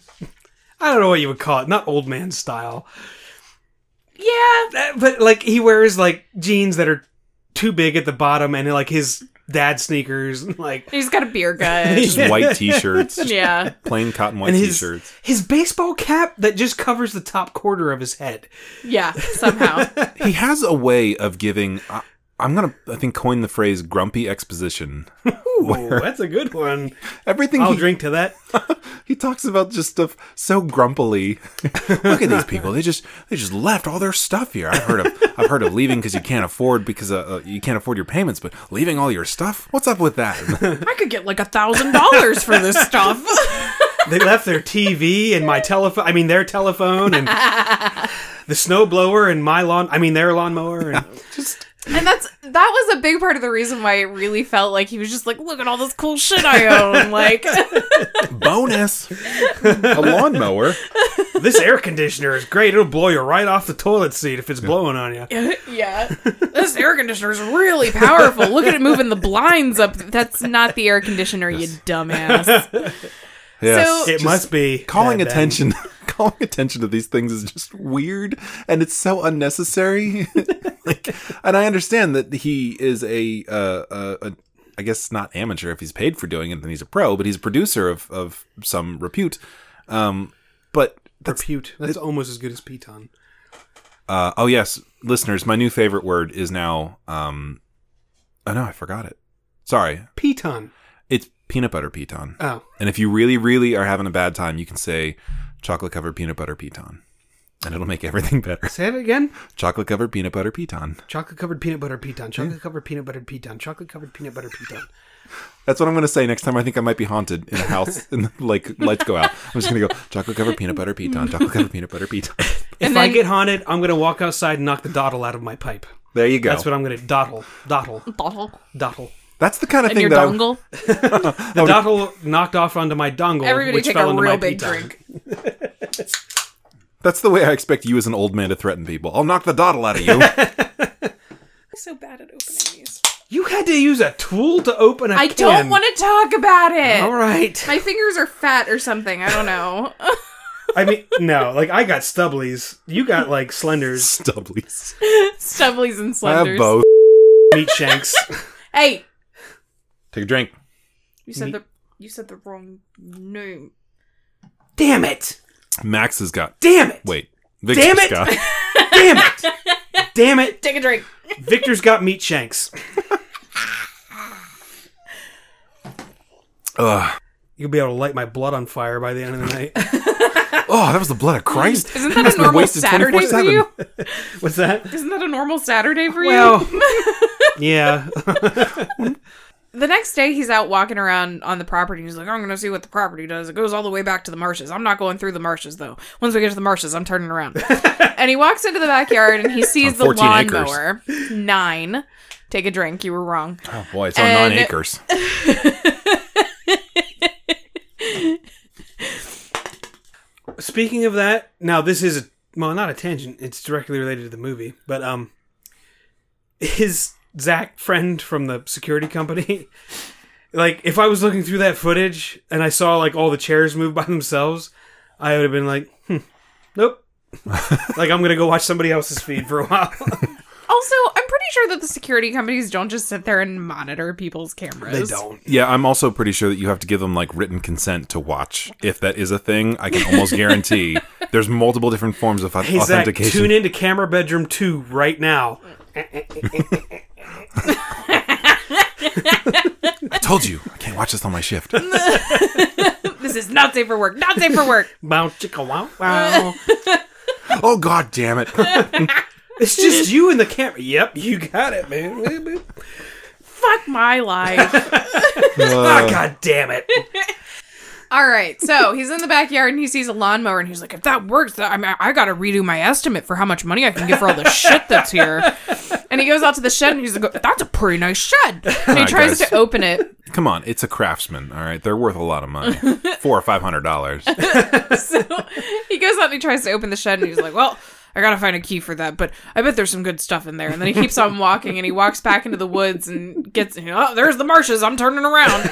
I don't know what you would call it, not old man style. yeah, That- But like he wears like jeans that are too big at the bottom and like his dad sneakers and like he's got a beer gut. Just white t-shirts, just yeah, plain cotton white and his t-shirts. his baseball cap that just covers the top quarter of his head. yeah, somehow. He has a way of giving. I, I'm gonna, I think, coin the phrase "grumpy exposition." Ooh, that's a good one. Everything I'll he, drink to that. he talks about just stuff so grumpily. Look at these people; they just they just left all their stuff here. I've heard of I've heard of leaving because you can't afford because uh, uh, you can't afford your payments, but leaving all your stuff. What's up with that? I could get like a thousand dollars for this stuff. They left their TV and my telephone. I mean, their telephone and the snowblower and my lawn. I mean, their lawnmower. And and that's that was a big part of the reason why it really felt like he was just like, look at all this cool shit I own. Like Bonus, a lawnmower. this air conditioner is great. It'll blow you right off the toilet seat if it's blowing on you. Yeah. This air conditioner is really powerful. Look at it moving the blinds up. That's not the air conditioner, you dumbass. Yes. So- It must be calling that bad. attention calling attention to these things is just weird and it's so unnecessary like and i understand that he is a uh a, a i guess not amateur if he's paid for doing it then he's a pro but he's a producer of of some repute um but Repute. That's almost as good as Piton. uh oh yes listeners my new favorite word is now um oh no i forgot it sorry Piton. it's peanut butter piton Oh, And if you really, really are having a bad time, you can say chocolate covered peanut butter piton. And it'll make everything better. say it again. Chocolate covered peanut butter piton. Chocolate covered peanut butter Piton. Chocolate covered peanut butter Piton. Chocolate covered peanut butter Piton. That's what I'm going to say next time I think I might be haunted in a house and like lights go out. I'm just going to go chocolate covered peanut butter piton, chocolate covered peanut butter piton. If And I then- get haunted, I'm gonna walk outside and knock the dottle out of my pipe. There you go. That's what I'm gonna dottle, dottle, Bottle. dottle. That's the kind of And your thing that I- dongle. The dottle knocked off onto my dongle, Everybody which take fell a into my real big piton. drink. that's the way I expect you as an old man to threaten people. I'll knock the dottle out of you. I'm so bad at opening these. You had to use a tool to open a I can. don't want to talk about it. All right. My fingers are fat or something. I don't know. I mean, no. Like I got stubblies. You got like slenders, Stubblies. Stubblies and I have slenders. both. meat shanks. Hey, Take a drink. you said Me- the you said the wrong name. Damn it! Max has got. Damn it! Wait. Vic's Damn it! got- Damn it! Damn it! Take a drink. Victor's got meat shanks. Ugh. You'll be able to light my blood on fire by the end of the night. Oh, that was the blood of Christ. Isn't that a normal wasted Saturday for 24/7. you? What's that? Isn't that a normal Saturday for you? Well, yeah. the next day he's out walking around on the property and he's like, I'm gonna see what the property does. It goes all the way back to the marshes. I'm not going through the marshes though. Once we get to the marshes, I'm turning around. and he walks into the backyard and he sees On the 14 acres. lawnmower. Nine. Take a drink, you were wrong. Oh, boy. It's on And- nine acres. Speaking of that, now this is a, well, not a tangent. It's directly related to the movie, but um, his Zach friend from the security company. Like, if I was looking through that footage and I saw like all the chairs move by themselves, I would have been like, hmm, nope. like I'm gonna go watch somebody else's feed for a while. Also, I'm pretty sure that the security companies don't just sit there and monitor people's cameras. They don't. Yeah, I'm also pretty sure that you have to give them like written consent to watch. If that is a thing, I can almost guarantee there's multiple different forms of au- Hey Zach, authentication. tune into Camera Bedroom Two right now. I told you, I can't watch this on my shift. This is not safe for work. Not safe for work. Bow chicka wow wow. oh god damn it. It's just you and the camera. Yep, you got it, man. Fuck my life. Uh, Ah, God damn it. All right. So he's in the backyard and he sees a lawnmower and he's like, if that works, I, mean, I got to redo my estimate for how much money I can get for all the shit that's here. And he goes out to the shed and he's like, that's a pretty nice shed. And he Hi, tries guys. to open it Come on, it's a craftsman, all right? They're worth a lot of money. Four or five hundred dollars. he goes out and he tries to open the shed and he's like, well, I gotta find a key for that, but I bet there's some good stuff in there. And then he keeps on walking and he walks back into the woods and gets, oh, there's the marshes. I'm turning around.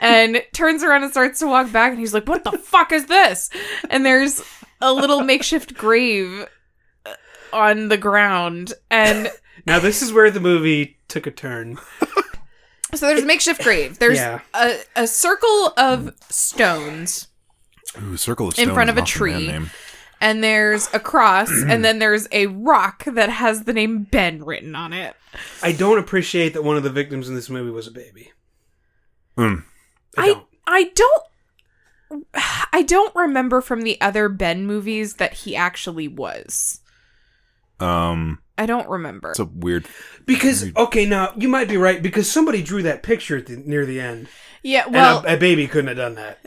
And turns around and starts to walk back and he's like, what the fuck is this? And there's a little makeshift grave uh, on the ground. And Now this is where the movie took a turn. so there's a makeshift grave. There's Yeah. a, a circle of stones. Ooh, circle of In Stone front is of a an awesome band tree. name. and there's a cross, and then there's a rock that has the name Ben written on it. I don't appreciate that one of the victims in this movie was a baby. Mm. I I don't. I don't I don't remember from the other Ben movies that he actually was. Um, I don't remember. it's a weird. Because okay, now you might be right because somebody drew that picture at the, near the end, yeah, well, and a, a baby couldn't have done that.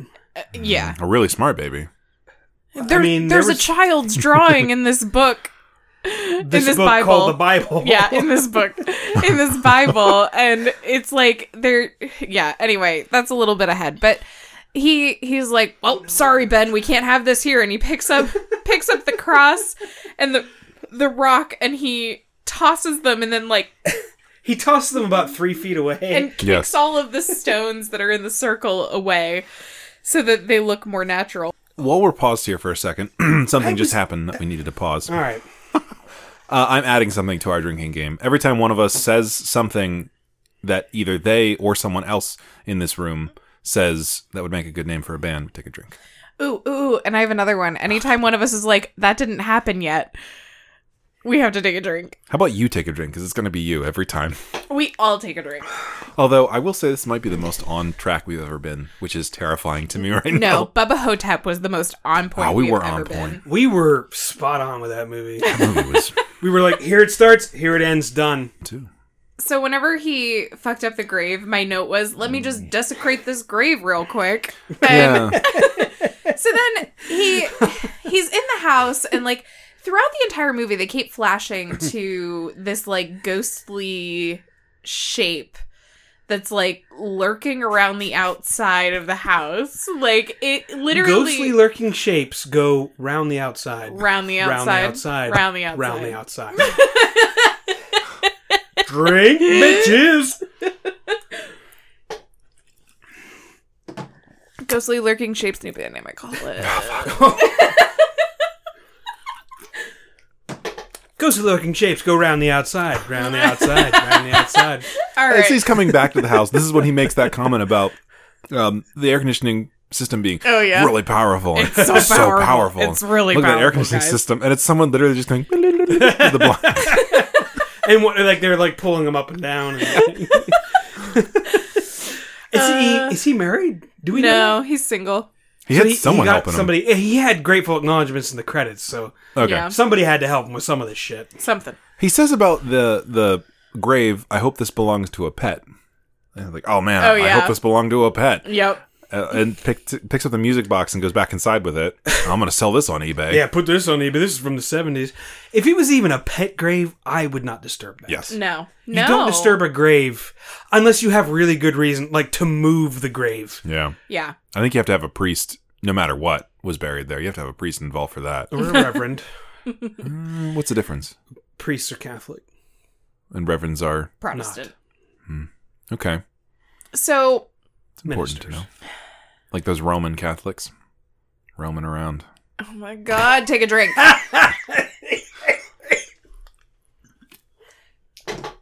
yeah. A really smart baby. There, mean, there there's was- a child's drawing in this book. This this book Bible. called the Bible. Yeah, in this book, in this Bible, and it's like there. Yeah. Anyway, that's a little bit ahead, but he he's like, "Well, sorry, Ben, we can't have this here," and he picks up picks up the cross and the the rock, and he tosses them, and then like he tossed them about three feet away. and kicks Yes. all of the stones that are in the circle away, so that they look more natural. While we're paused here for a second, something just happened that we needed to pause. All right, Uh, I'm adding something to our drinking game. Every time one of us says something that either they or someone else in this room says that would make a good name for a band, we take a drink. Ooh, ooh, and I have another one. Anytime one of us is like, "That didn't happen yet," we have to take a drink. How about you take a drink? Because it's going to be you every time. We all take a drink. Although I will say this might be the most on track we've ever been, which is terrifying to me right No, now. Bubba Hotep was the most on point. Wow, Ah, we we've were ever on been. point. we were spot on with that movie. Movie was we were like, here it starts, here it ends, done. too. So whenever he fucked up the grave, my note was, "Let me Mm. just desecrate this grave real quick." And Yeah. so then he he's in the house and like throughout the entire movie they keep flashing to this like ghostly shape that's like lurking around the outside of the house. Like it literally Ghostly lurking shapes go round the outside. round the Round the outside. outside. Round the outside. Round the outside. Drink bitches. Ghostly lurking shapes, new band name, I call it. Ghostly lurking shapes go round the outside, round the outside, round the outside. All As right. he's coming back to the house, this is when he makes that comment about um, the air conditioning system being Oh, yeah. really powerful. and It's so powerful. It's really Look at that air powerful, conditioning guys. system, and it's someone literally just going through the blind. And what, like they're like pulling him up and down. And is he is he married? Do we know? Uh, No, he's single. He So had someone got helping somebody, He had grateful acknowledgments in the credits, so him. Okay. Yeah. somebody had to help him with some of this shit. Something. He says about the the grave. I hope this belongs to a pet. And I'm like, oh man, Oh, I yeah. hope this belonged to a pet. Yep. Uh, and picked, picks up the music box and goes back inside with it. I'm gonna sell this on eBay. Yeah, put this on eBay. This is from the seventies. If it was even a pet grave, I would not disturb that. Yes. No. You no. don't disturb a grave unless you have really good reason, like to move the grave. Yeah. Yeah. I think you have to have a priest, no matter what was buried there. You have to have a priest involved for that. Or a reverend. Mm, What's the difference? Priests are Catholic. And reverends are Protestant. okay. So It's important to know. Ministers. Like those Roman Catholics, roaming around. Oh my god, take a drink.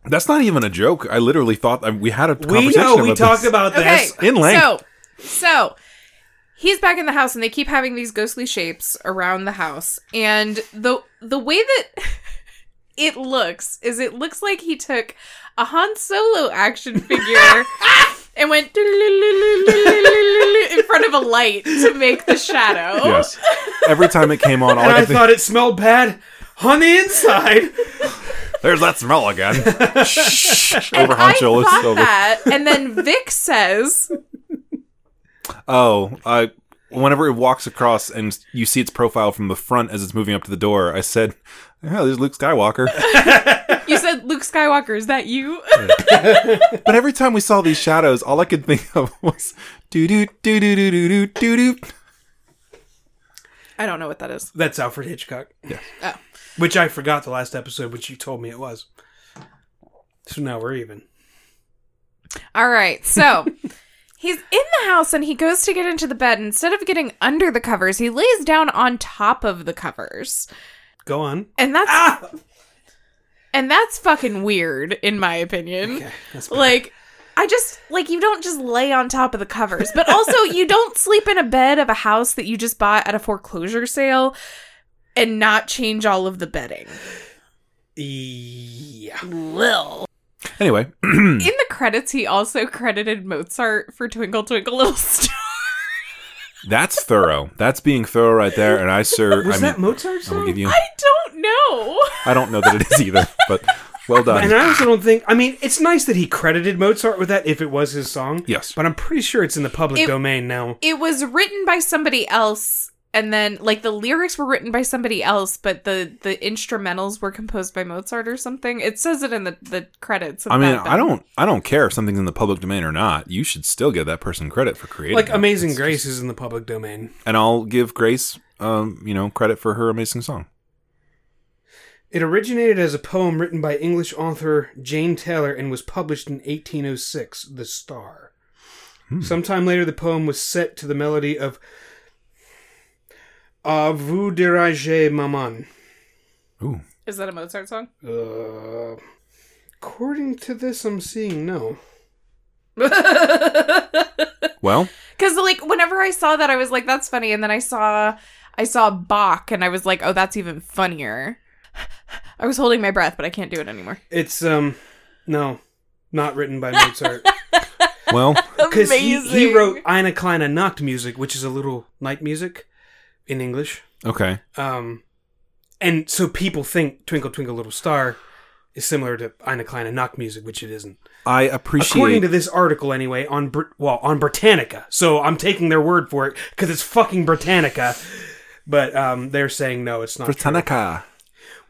That's not even a joke. I literally thought I, we had a We conversation know we about talked this. about Okay. this. in length. So, so he's back in the house, and they keep having these ghostly shapes around the house, and the the way that it looks is it looks like he took a Han Solo action figure. And went in front of a light to make the shadow. Yes. Every time it came on, all And I I could think, thought it smelled bad on the inside. there's that smell again. Over I Hancho thought is over. that, and then Vic says, Oh, I. Whenever it walks across and you see its profile from the front as it's moving up to the door, I said, "Yeah, there's Luke Skywalker." "You said Luke Skywalker. Is that you?" but every time we saw these shadows, all I could think of was doo doo doo doo doo doo doo doo. I don't know what that is. That's Alfred Hitchcock. Yes. Oh. Which I forgot the last episode, which you told me it was. So now we're even. All right. So he's in the house and he goes to get into the bed. Instead of getting under the covers, he lays down on top of the covers. Go on. And that's Ah! and that's fucking weird in my opinion. Okay, that's bad. Like I just like you don't just lay on top of the covers, but also you don't sleep in a bed of a house that you just bought at a foreclosure sale and not change all of the bedding. Hmm. E, yeah. Anyway, In the credits, he also credited Mozart for Twinkle Twinkle Little Star. that's thorough. That's being thorough right there. And I sir, Was I'm, that Mozart I'm gonna song? give you. I don't know. I don't know that it is either, but well and done. I also don't think. I mean, it's nice that he credited Mozart with that if it was his song. Yes. But I'm pretty sure it's in the public It- domain now. it was written by somebody else and then like the lyrics were written by somebody else but the the instrumentals were composed by mozart or something it says it in the the credits of I mean, that, but- I don't. I don't care if something's in the public domain or not. You should still give that person credit for creating. Like it. Amazing It's Grace just- is in the public domain. and I'll give Grace, um, you know, credit for her amazing song. It originated as a poem written by English author Jane Taylor and was published in 1806, The Star. Sometime later, the poem was set to the melody of A vous dirige maman. Ooh, is that a mozart song Uh, according to this, I'm seeing no. well, because like whenever i saw that i was like that's funny and then i saw i saw bach and i was like oh that's even funnier i was holding my breath but i can't do it anymore It's, um, no, not written by Mozart. well, Because he, he Amazing. wrote Eine kleine Nacht music, which is a little night music in English. okay. Um, and so people think Twinkle Twinkle Little Star is similar to Eine kleine Nacht music, which it isn't. I appreciate. According to this article, anyway, on Brit- well on Britannica. So I'm taking their word for it because it's fucking Britannica. But um, they're saying no, it's not. true. Britannica.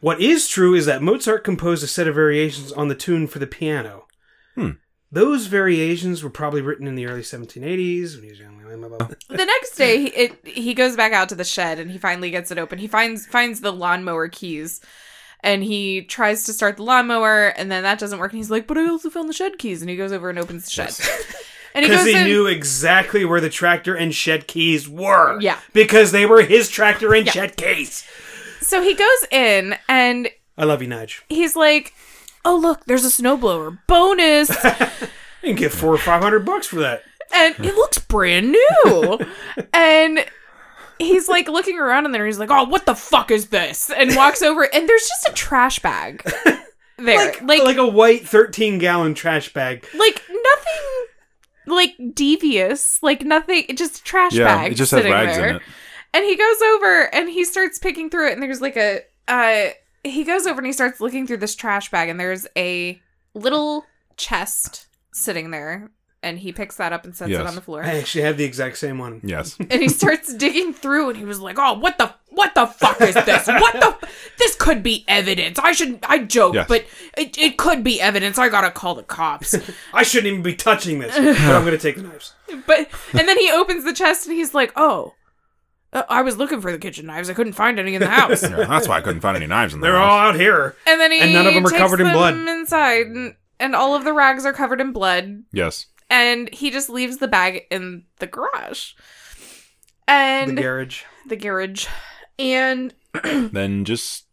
What is true is that Mozart composed a set of variations on the tune for the piano. Those variations were probably written in the early 1780s. When he was young. the next day he, it, he goes back out to the shed and he finally gets it open he finds finds the lawnmower keys and he tries to start the lawnmower and then that doesn't work and he's like but i also found the shed keys and he goes over and opens the shed and he Because goes he in knew exactly where the tractor and shed keys were. Yeah. Because they were his tractor and shed keys. so he goes in and I love you, Nudge. he's like oh look there's a snowblower bonus You can get four or five hundred bucks for that. and it looks brand new. and he's like looking around in there. He's like, "Oh, what the fuck is this?" And walks over, and there's just a trash bag there, like like, Like a white 13 gallon trash bag. nothing like devious, like nothing, it just a trash Yeah, bag. it just has sitting rags there. in it. And he goes over and he starts picking through it, and there's like a uh, he goes over and he starts looking through this trash bag, and there's a little chest sitting there. And he picks that up and sets it Yes. on the floor. I actually have the exact same one. Yes. and he starts digging through and he was like oh what the what the fuck is this what the f- this could be evidence i should i joke Yes. but it, it could be evidence i gotta call the cops I shouldn't even be touching this, but I'm going to take the knives. but and then he opens the chest and he's like oh uh, i was looking for the kitchen knives i couldn't find any in the house Yeah, that's why I couldn't find any knives in there. They're all out here. and then he And none of them are takes covered in them blood. inside and, and all of the rags are covered in blood Yes. and he just leaves the bag in the garage and the garage. the garage and Then just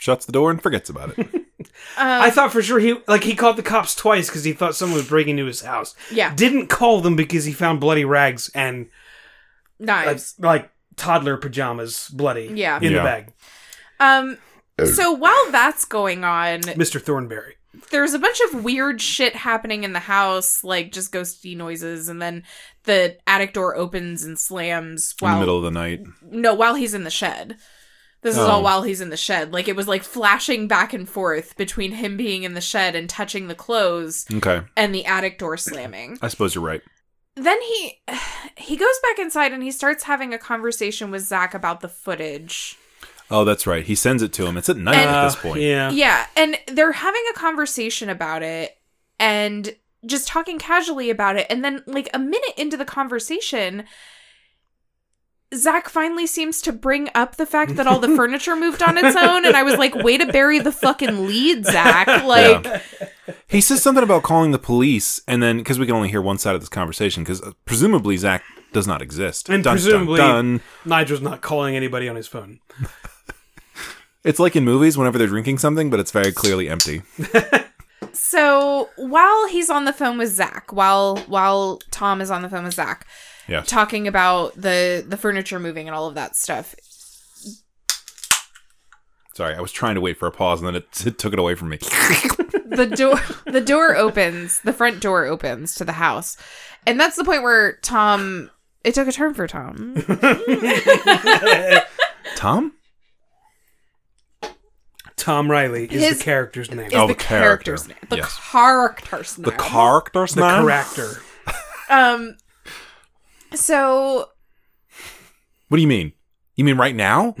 shuts the door and forgets about it. um, I thought for sure he like he called the cops twice because he thought someone was breaking into his house. Yeah. didn't call them because he found bloody rags and like, Knives. like toddler pajamas, bloody. Yeah. in Yeah. the bag. Um. So while that's going on, Mister Thornberry. there's a bunch of weird shit happening in the house, like just ghosty noises, and then the attic door opens and slams in the while middle of the night. no, while he's in the shed. This is Oh. all while he's in the shed. Like it was like flashing back and forth between him being in the shed and touching the clothes Okay, and the attic door slamming. I suppose you're right. Then he he goes back inside and he starts having a conversation with Zach about the footage. Oh, that's right. He sends it to him. It's at night at this Uh, point. yeah. Yeah, and they're having a conversation about it and just talking casually about it. And then, like, a minute into the conversation, Zach finally seems to bring up the fact that all the furniture moved on its own. And I was like, way to bury the fucking lead, Zach. Like, He says something about calling the police, and then because we can only hear one side of this conversation, because presumably Zach does not exist. And Dun, dun, presumably, dun. Nigel's not calling anybody on his phone. it's like in movies whenever they're drinking something, but it's very clearly empty. so while he's on the phone with Zach, while while Tom is on the phone with Zach, Yes. talking about the the furniture moving and all of that stuff, Sorry, I was trying to wait for a pause, and then it, it took it away from me. the door the door opens the front door opens to the house and that's the point where tom it took a turn for tom Tom? Tom Riley is His- the character's name. is Oh, the, the character. character's name the Yes. character's name The character's the name? character. um so What do you mean? You mean right now?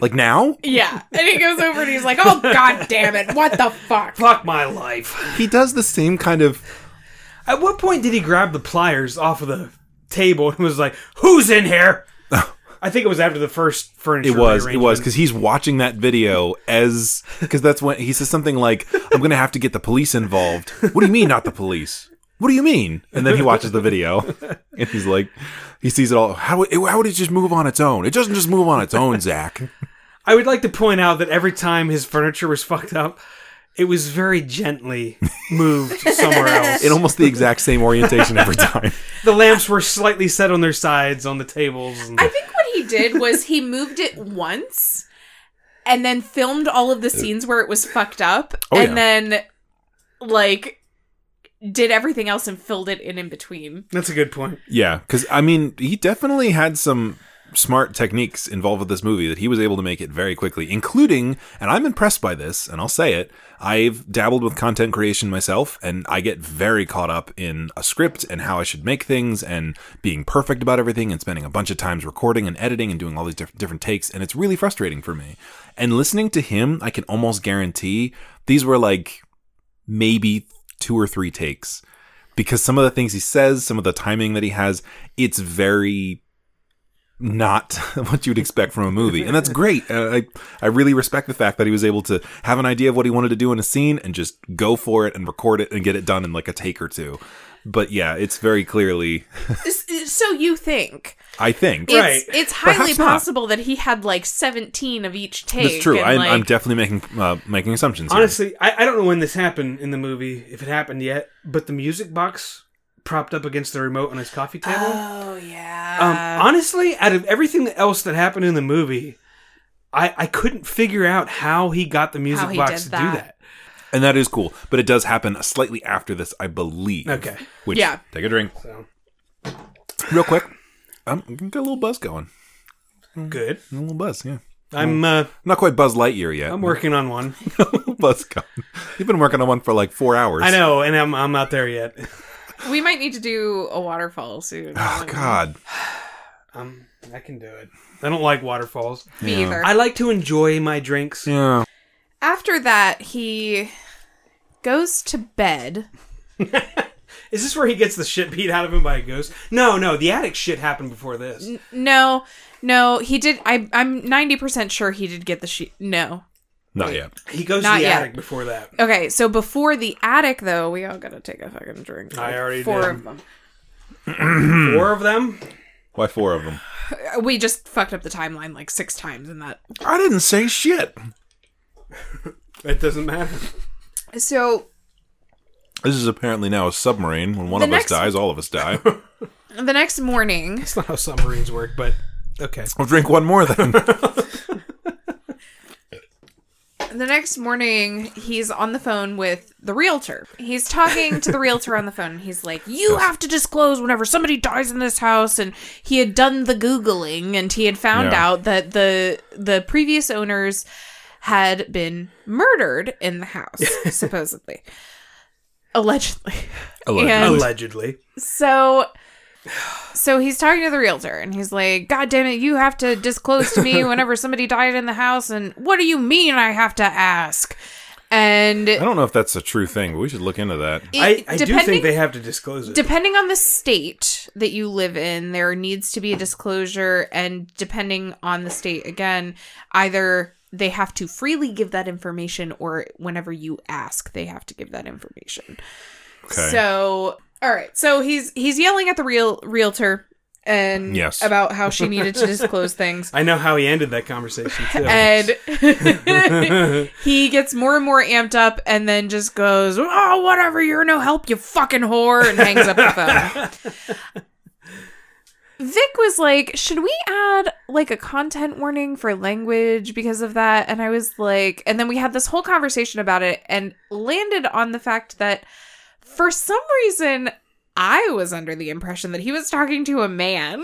like now? yeah and he goes over and he's like oh god damn it what the fuck Fuck my life. He does the same kind of. At what point did he grab the pliers off of the table and was like, "Who's in here?" I think it was after the first It furniture. was. It was rearrangement. because he's watching that video as because that's when he says something like, "I'm gonna have to get the police involved." What do you mean, not the police? What do you mean? And then he watches the video and he's like, he sees it all. How would- how would it just move on its own? It doesn't just move on its own, Zach. I would like to point out that every time his furniture was fucked up, it was very gently moved somewhere else. In almost the exact same orientation every time. the lamps were slightly set on their sides on the tables. And i think what he did was he moved it once and then filmed all of the scenes where it was fucked up Uh, Oh, and yeah. then like did everything else and filled it in in between That's a good point. Yeah, because I mean, he definitely had some smart techniques involved with this movie that he was able to make it very quickly, including, and I'm impressed by this, and I'll say it. I've dabbled with content creation myself, and I get very caught up in a script and how I should make things and being perfect about everything and spending a bunch of times recording and editing and doing all these diff- different takes, and it's really frustrating for me. And listening to him, I can almost guarantee these were like maybe two or three takes because some of the things he says, some of the timing that he has, it's very not what you'd expect from a movie, and that's great. And I I really respect the fact that he was able to have an idea of what he wanted to do in a scene and just go for it and record it and get it done in like a take or two. But yeah, it's very clearly, S- So you think I think. it's Right. it's highly Perhaps not. possible that he had like seventeen of each take. That's true. and, I'm, like- I'm definitely making uh, making assumptions. here. Honestly, I, I don't know when this happened in the movie, if it happened yet, but the music box propped up against the remote on his coffee table. oh um, yeah. honestly, out of everything else that happened in the movie, I, I couldn't figure out how he got the music he box did to that. do that. and that is cool. But it does happen slightly after this, I believe. Okay. Which, Yeah. Take a drink So real quick. I'm gonna get a little buzz going. Mm-hmm. good. A little buzz, yeah. I'm uh, Not quite Buzz Lightyear yet. I'm working on one. Buzz Con. You've been working on one for like four hours. I know, and I'm I'm not there yet. we might need to do a waterfall soon. Oh God. Um, I can do it. I don't like waterfalls. Me either. I like to enjoy my drinks. Yeah. After that, he goes to bed. Is this where he gets the shit beat out of him by a ghost? No, no, the attic shit happened before this. No, no, he did. I I'm ninety percent sure he did get the sheet. No. Not yet. He goes Not to the yet. Oh. attic before that. Okay, so before the attic, though, we all gotta take a fucking drink. I already four did. of them. Four of them? Why four of them? We just fucked up the timeline like six times in that I didn't say shit. It doesn't matter. So This is apparently now a submarine. When one The of next- us dies, all of us die. the next morning, That's not how submarines work, but okay. I'll drink one more then. the next morning, he's on the phone with the realtor. He's talking to the realtor on the phone. and He's like, "You have to disclose whenever somebody dies in this house." And he had done the googling, and he had found Yeah. out that the the previous owners had been murdered in the house, supposedly, allegedly. And- Allegedly. So so he's talking to the realtor and he's like, God damn it, you have to disclose to me whenever somebody died in the house and what do you mean I have to ask? And I don't know if that's a true thing, but we should look into that. I, it- I do think they have to disclose it. depending on the state that you live in, there needs to be a disclosure and depending on the state again, either they have to freely give that information or whenever you ask, they have to give that information. Okay. So, all right. So he's he's yelling at the real realtor and Yes. about how she needed to disclose things. I know how he ended that conversation too. And he gets more and more amped up and then just goes, Oh, whatever, you're no help, you fucking whore, and hangs up the phone. Vic was like, Should we add like a content warning for language because of that? And I was like, And then we had this whole conversation about it and landed on the fact that for some reason, I was under the impression that he was talking to a man.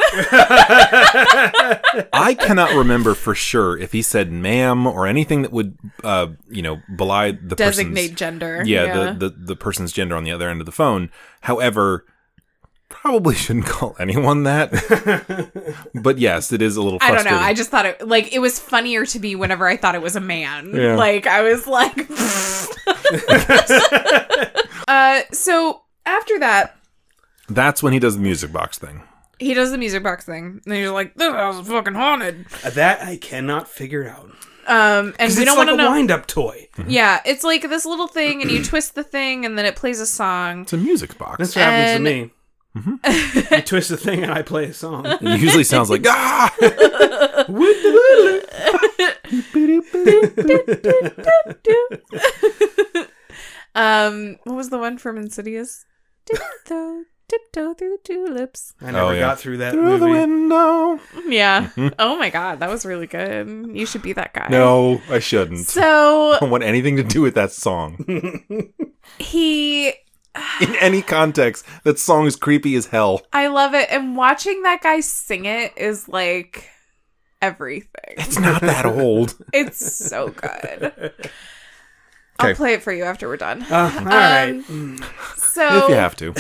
I cannot remember for sure if he said ma'am or anything that would, uh, you know, belie the Designate person's, gender. yeah, The, the the person's gender on the other end of the phone. However, probably shouldn't call anyone that. but yes, it is a little. I don't Frustrating. know. I just thought it like it was funnier to me whenever I thought it was a man. Yeah. Like I was like Uh so after that That's when he does the music box thing. he does the music box thing and he's like this house is fucking haunted. Uh, that I cannot figure out. Um and Because we it's don't want like to a know wind-up toy. Yeah, it's like this little thing and you twist the thing and then it plays a song. It's a music box. That's what happens to And- Mm-hmm. me. I twist the thing and I play a song. It usually sounds like ah. Um what was the one from Insidious? Tiptoe, tiptoe through the tulips. I never Oh, yeah. got through that Through the movie. window. Yeah. oh my god, that was really good. You should be that guy. Mm-hmm. No, I shouldn't. So I don't want anything to do with that song he in any context. That song is creepy as hell. I love it. And watching that guy sing it is like everything. It's not that old. It's so good. Okay. I'll play it for you after we're done. Uh, all right. If you So have to.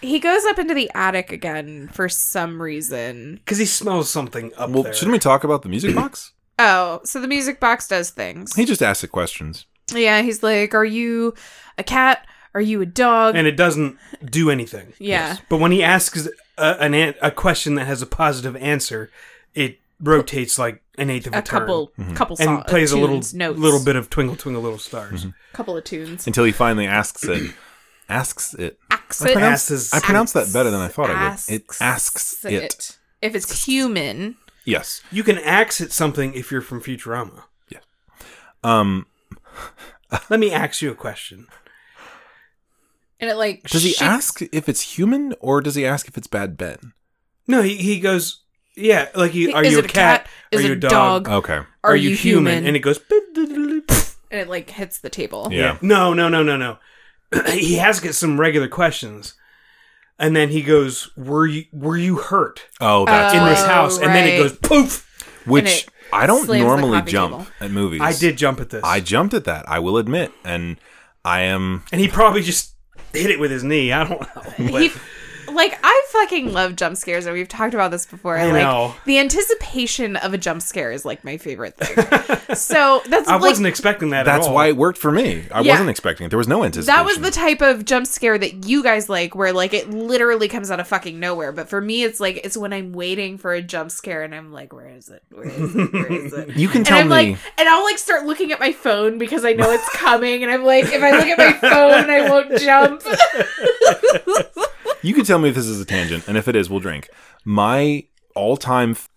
he goes up into the attic again for some reason. Because he smells something up Well, there. shouldn't we talk about the music box? Oh, so the music box does things. He just asked the questions. yeah, he's like, Are you a cat? Are you a dog? And it doesn't do anything. yeah. But when he asks a, an an- a question that has a positive answer, it rotates like an eighth of a, A couple, couple turn Mm-hmm. songs, and plays a little uh, notes, little bit of Twinkle Twinkle Little Stars. Mm-hmm. couple of tunes. Until he finally asks it. asks it. Accent- pronounced- Asses. I pronounced that better than I thought I would. It Asks asks it. If it's human, Yes. You can axe at something if you're from Futurama. Um Let me ask you a question. and it like does he shakes- ask if it's human or does he ask if it's bad Ben? No, he, he goes, yeah, like you, are Is you it a cat? Is are you it a dog? uh, Okay. Are, you human? And it goes. and it like hits the table. Yeah. No, no, no, no, no. he asks it some regular questions, and then he goes, "Were you were you hurt Oh, that's in Oh, this house?" And then it right. goes, "Poof!" and which it I don't slams the normally coffee jump table. at movies. I did jump at this. I jumped at that, I will admit. And I am and he probably just hit it with his knee. I don't Oh, know. But He, like I fucking love jump scares, and we've talked about this before. I like know. the anticipation of a jump scare is like my favorite thing. so that's I like wasn't expecting that. at that's all. why it worked for me. I Yeah. wasn't expecting it. There was no anticipation. that was the type of jump scare that you guys like, where like it literally comes out of fucking nowhere. But for me, it's like it's when I'm waiting for a jump scare, and I'm like, where is it? Where is it? Where is it? You can And tell I'm me like, and I'll like start looking at my phone because I know it's coming. And I'm like, if I look at my phone, I won't jump. You can tell me if this is a tangent, and if it is, we'll drink. My all-time, f-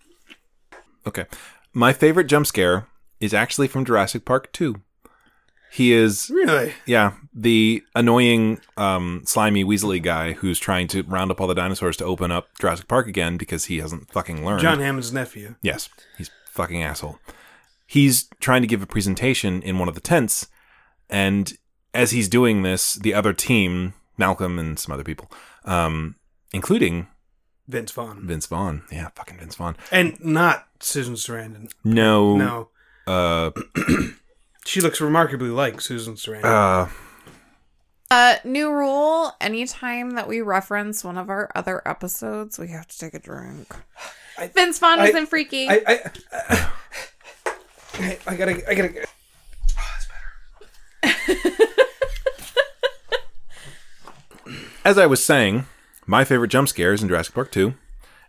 okay, my favorite jump scare is actually from Jurassic Park Two. He is Really? yeah, the annoying, um, slimy, weaselly guy who's trying to round up all the dinosaurs to open up Jurassic Park again because he hasn't fucking learned. John Hammond's nephew. Yes, he's a fucking asshole. He's trying to give a presentation in one of the tents, and as he's doing this, the other team, Malcolm and some other people, um, including Vince Vaughn. Vince Vaughn. Yeah, fucking Vince Vaughn. And not Susan Sarandon. No, No. Uh, She looks remarkably like Susan Sarandon. uh, Uh, new rule: anytime that we reference one of our other episodes, we have to take a drink. I- Vince Vaughn was I- in Freaky. I, I, I, I gotta, I gotta. as I was saying, my favorite jump scare is in Jurassic Park 2.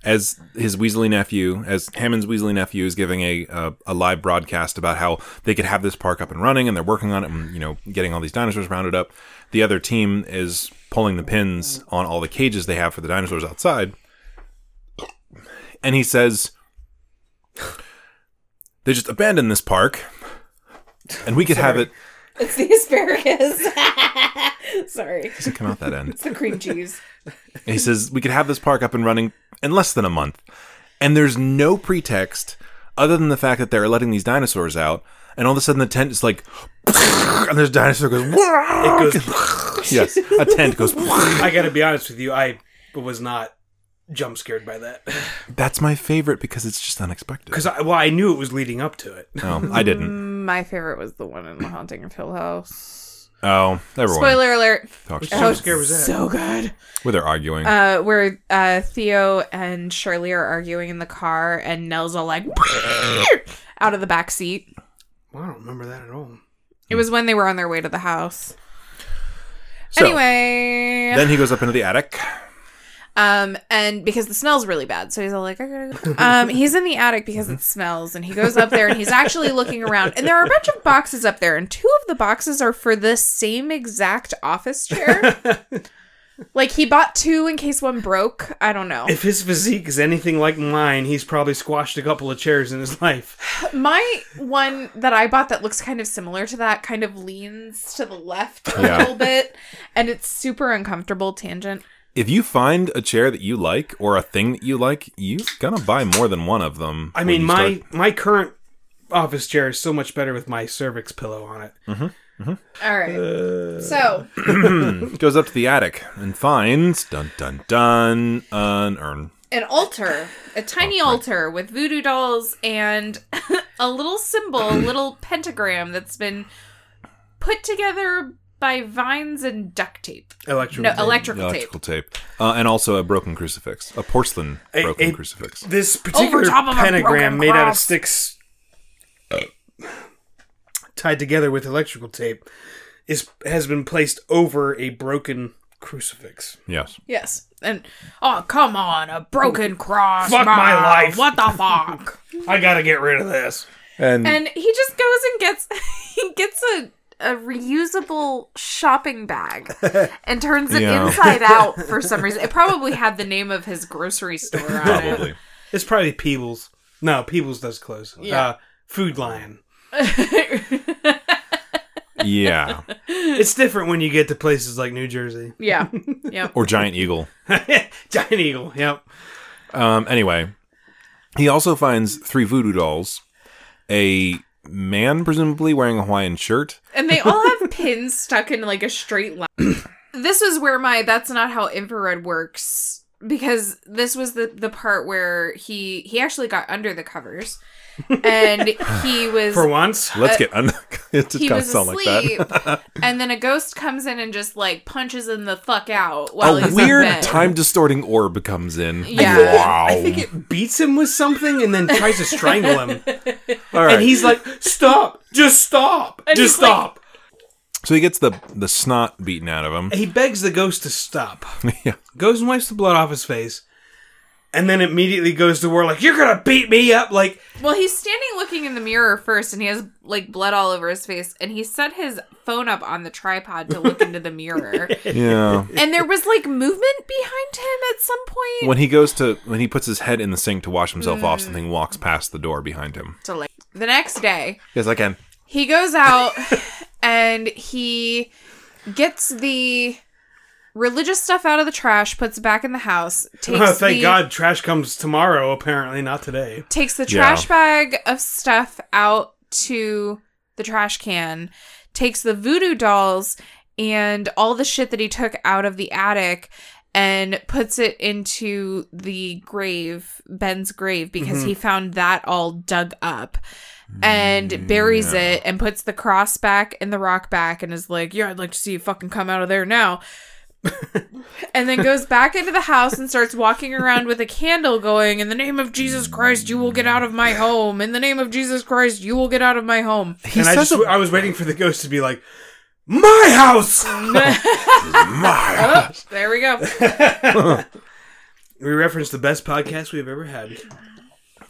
As his Weasley nephew, as Hammond's Weasley nephew is giving a, a a live broadcast about how they could have this park up and running, and they're working on it, and you know, getting all these dinosaurs rounded up. The other team is pulling the pins on all the cages they have for the dinosaurs outside, and he says, "They just abandoned this park, and we could have it." It's the asparagus. Sorry. Does it come out that end? It's the cream cheese. And he says we could have this park up and running in less than a month and there's no pretext other than the fact that they're letting these dinosaurs out and all of a sudden the tent is like and there's dinosaur goes it goes yes a tent goes I gotta be honest with you. I was not jump scared by that that's my favorite because it's just unexpected because I, well, I knew it was leading up to it. no i didn't My favorite was the one in The Haunting of Hill House. oh everyone Spoiler alert! Oh, talks Which jump scare was that? So good. where they're arguing Uh, where uh, Theo and Shirley are arguing in the car, and Nell's all like out of the back seat. Well, I don't remember that at all. It was when they were on their way to the house. So, anyway, then he goes up into the attic um, and because the smell's really bad, so he's all like, I gotta go. Um, he's in the attic because it smells, and he goes up there and he's actually looking around, and there are a bunch of boxes up there, and two of the boxes are for the same exact office chair. like he bought two in case one broke. I don't know. If his physique is anything like mine, he's probably squashed a couple of chairs in his life. My one that I bought that looks kind of similar to that kind of leans to the left a Yeah. little bit, and it's super uncomfortable. Tangent. if you find a chair that you like or a thing that you like you're gonna buy more than one of them I when mean, you my start- my current office chair is so much better with my cervix pillow on it. All right. Uh, So goes up to the attic and finds dun dun dun an urn. an altar, a tiny Oh altar with voodoo dolls and a little symbol, a little pentagram that's been put together by vines and duct tape. Electrical. No, tape. electrical tape. Electrical tape, uh, and also a broken crucifix, a porcelain A- broken a- crucifix. This particular top of a pentagram broken made out of cross. sticks tied together with electrical tape is has been placed over a broken crucifix. Yes, Yes. And oh, come on, a broken cross. Fuck my Ma, life. What the fuck? I gotta get rid of this. and, and he just goes and gets he gets a a reusable shopping bag and turns it Yeah. inside out for some reason. It probably had the name of his grocery store on it. probably It's probably Peebles. No, Peebles does close. Yeah. Uh, Food Lion. yeah, It's different when you get to places like New Jersey. yeah. Yep. or giant eagle. Giant Eagle. Yep. Um, anyway, he also finds three voodoo dolls, a man presumably wearing a Hawaiian shirt. And they all have pins stuck in like a straight line. this is where my that's not how infrared works because this was the the part where he he actually got under the covers and he was For once. Let's Uh, get un. it just he kind of was sound like asleep, that. and then a ghost comes in and just like punches him the fuck out while A he's in weird bed. time distorting orb comes in. Yeah. Wow. I think it beats him with something and then tries to strangle him. All right. And he's like, stop! Just stop! just he's like- stop! so he gets the the snot beaten out of him. he begs the ghost to stop. yeah. Goes and wipes the blood off his face. And then immediately goes to war like, you're gonna beat me up! Like, Well, he's standing looking in the mirror first, and he has like blood all over his face, and he set his phone up on the tripod to look into the mirror, Yeah. and there was like movement behind him at some point. when he goes to when he puts his head in the sink to wash himself Mm. off, something walks past the door behind him. So, like the next day, Yes, I can. he goes out and he gets the religious stuff out of the trash, puts it back in the house, takes Thank the, God Uh, trash comes tomorrow, apparently, not today. takes the Yeah. trash bag of stuff out to the trash can, takes the voodoo dolls and all the shit that he took out of the attic and puts it into the grave, Ben's grave, because Mm-hmm. he found that all dug up Mm, and buries it and puts the cross back and the rock back and is like, Yeah, I'd like to see you fucking come out of there now. and then goes back into the house and starts walking around with a candle going, In the name of Jesus Christ, you will get out of my home. In the name of Jesus Christ, you will get out of my home. and I just I was waiting for the ghost to be like, my house. Oh, there we go. we referenced the best podcast we've ever had.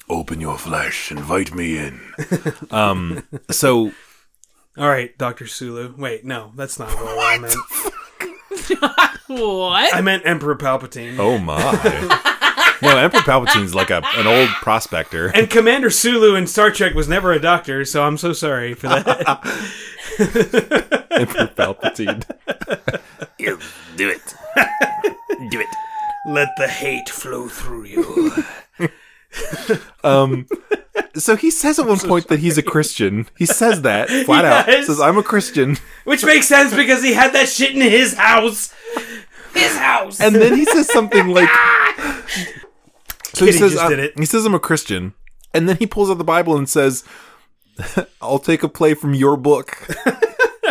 Open your flesh, invite me in. um, so All right, Doctor Sulu. Wait, no, that's not what, I meant. What? I meant Emperor Palpatine. Oh my. no, Emperor Palpatine's like a, an old prospector. And Commander Sulu in Star Trek was never a doctor, so I'm so sorry for that. Emperor Palpatine. Do it. Do it. Let the hate flow through you. Um, so he says at one point that he's a Christian. He says that flat out. Yes. Says I'm a Christian, Which makes sense because he had that shit in his house. His house. and then he says something like, "So he Kidding, says just I- did it. he says I'm a Christian," and then he pulls out the Bible and says, "I'll take a play from your book,"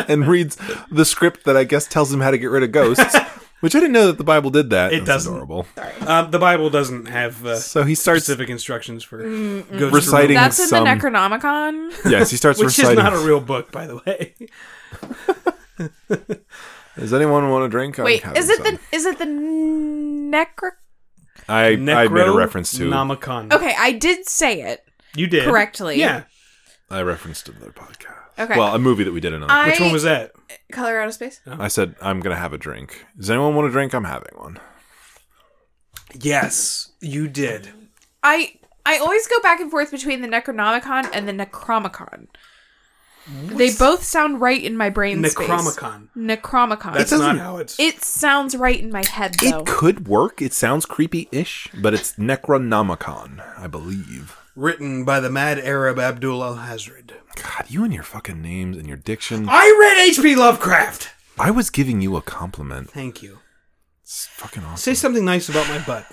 and reads the script that I guess tells him how to get rid of ghosts. Which I didn't know that the Bible did that. It That's doesn't. Adorable. Uh, the Bible doesn't have uh, So he starts specific instructions for ghost Reciting- That's in Some- the Necronomicon. Yes, he starts removal, which is reciting. not a real book, by the way. Does anyone want a drink? I'm Wait, having is it some. the is it the necro? I, I made a reference to. Nomicon. Okay, I did say it You did correctly. Yeah. I referenced another podcast. Okay. Well, a movie that we did another. I- Which one was that? Color out of space. I said I'm gonna have a drink. Does anyone want a drink? I'm having one. Yes, you did. I I always go back and forth between the Necronomicon and the Necromicon. They both sound right in my brain. Space. Necromicon. Necromicon. That's not how it's. it sounds right in my head though. It could work. It sounds creepy-ish, but it's Necronomicon, I believe. Written by the mad Arab Abdul Al Hazred. God, you and your fucking names and your diction. I read H.P. Lovecraft. I was giving you a compliment. Thank you. It's fucking awesome. Say something nice about my butt.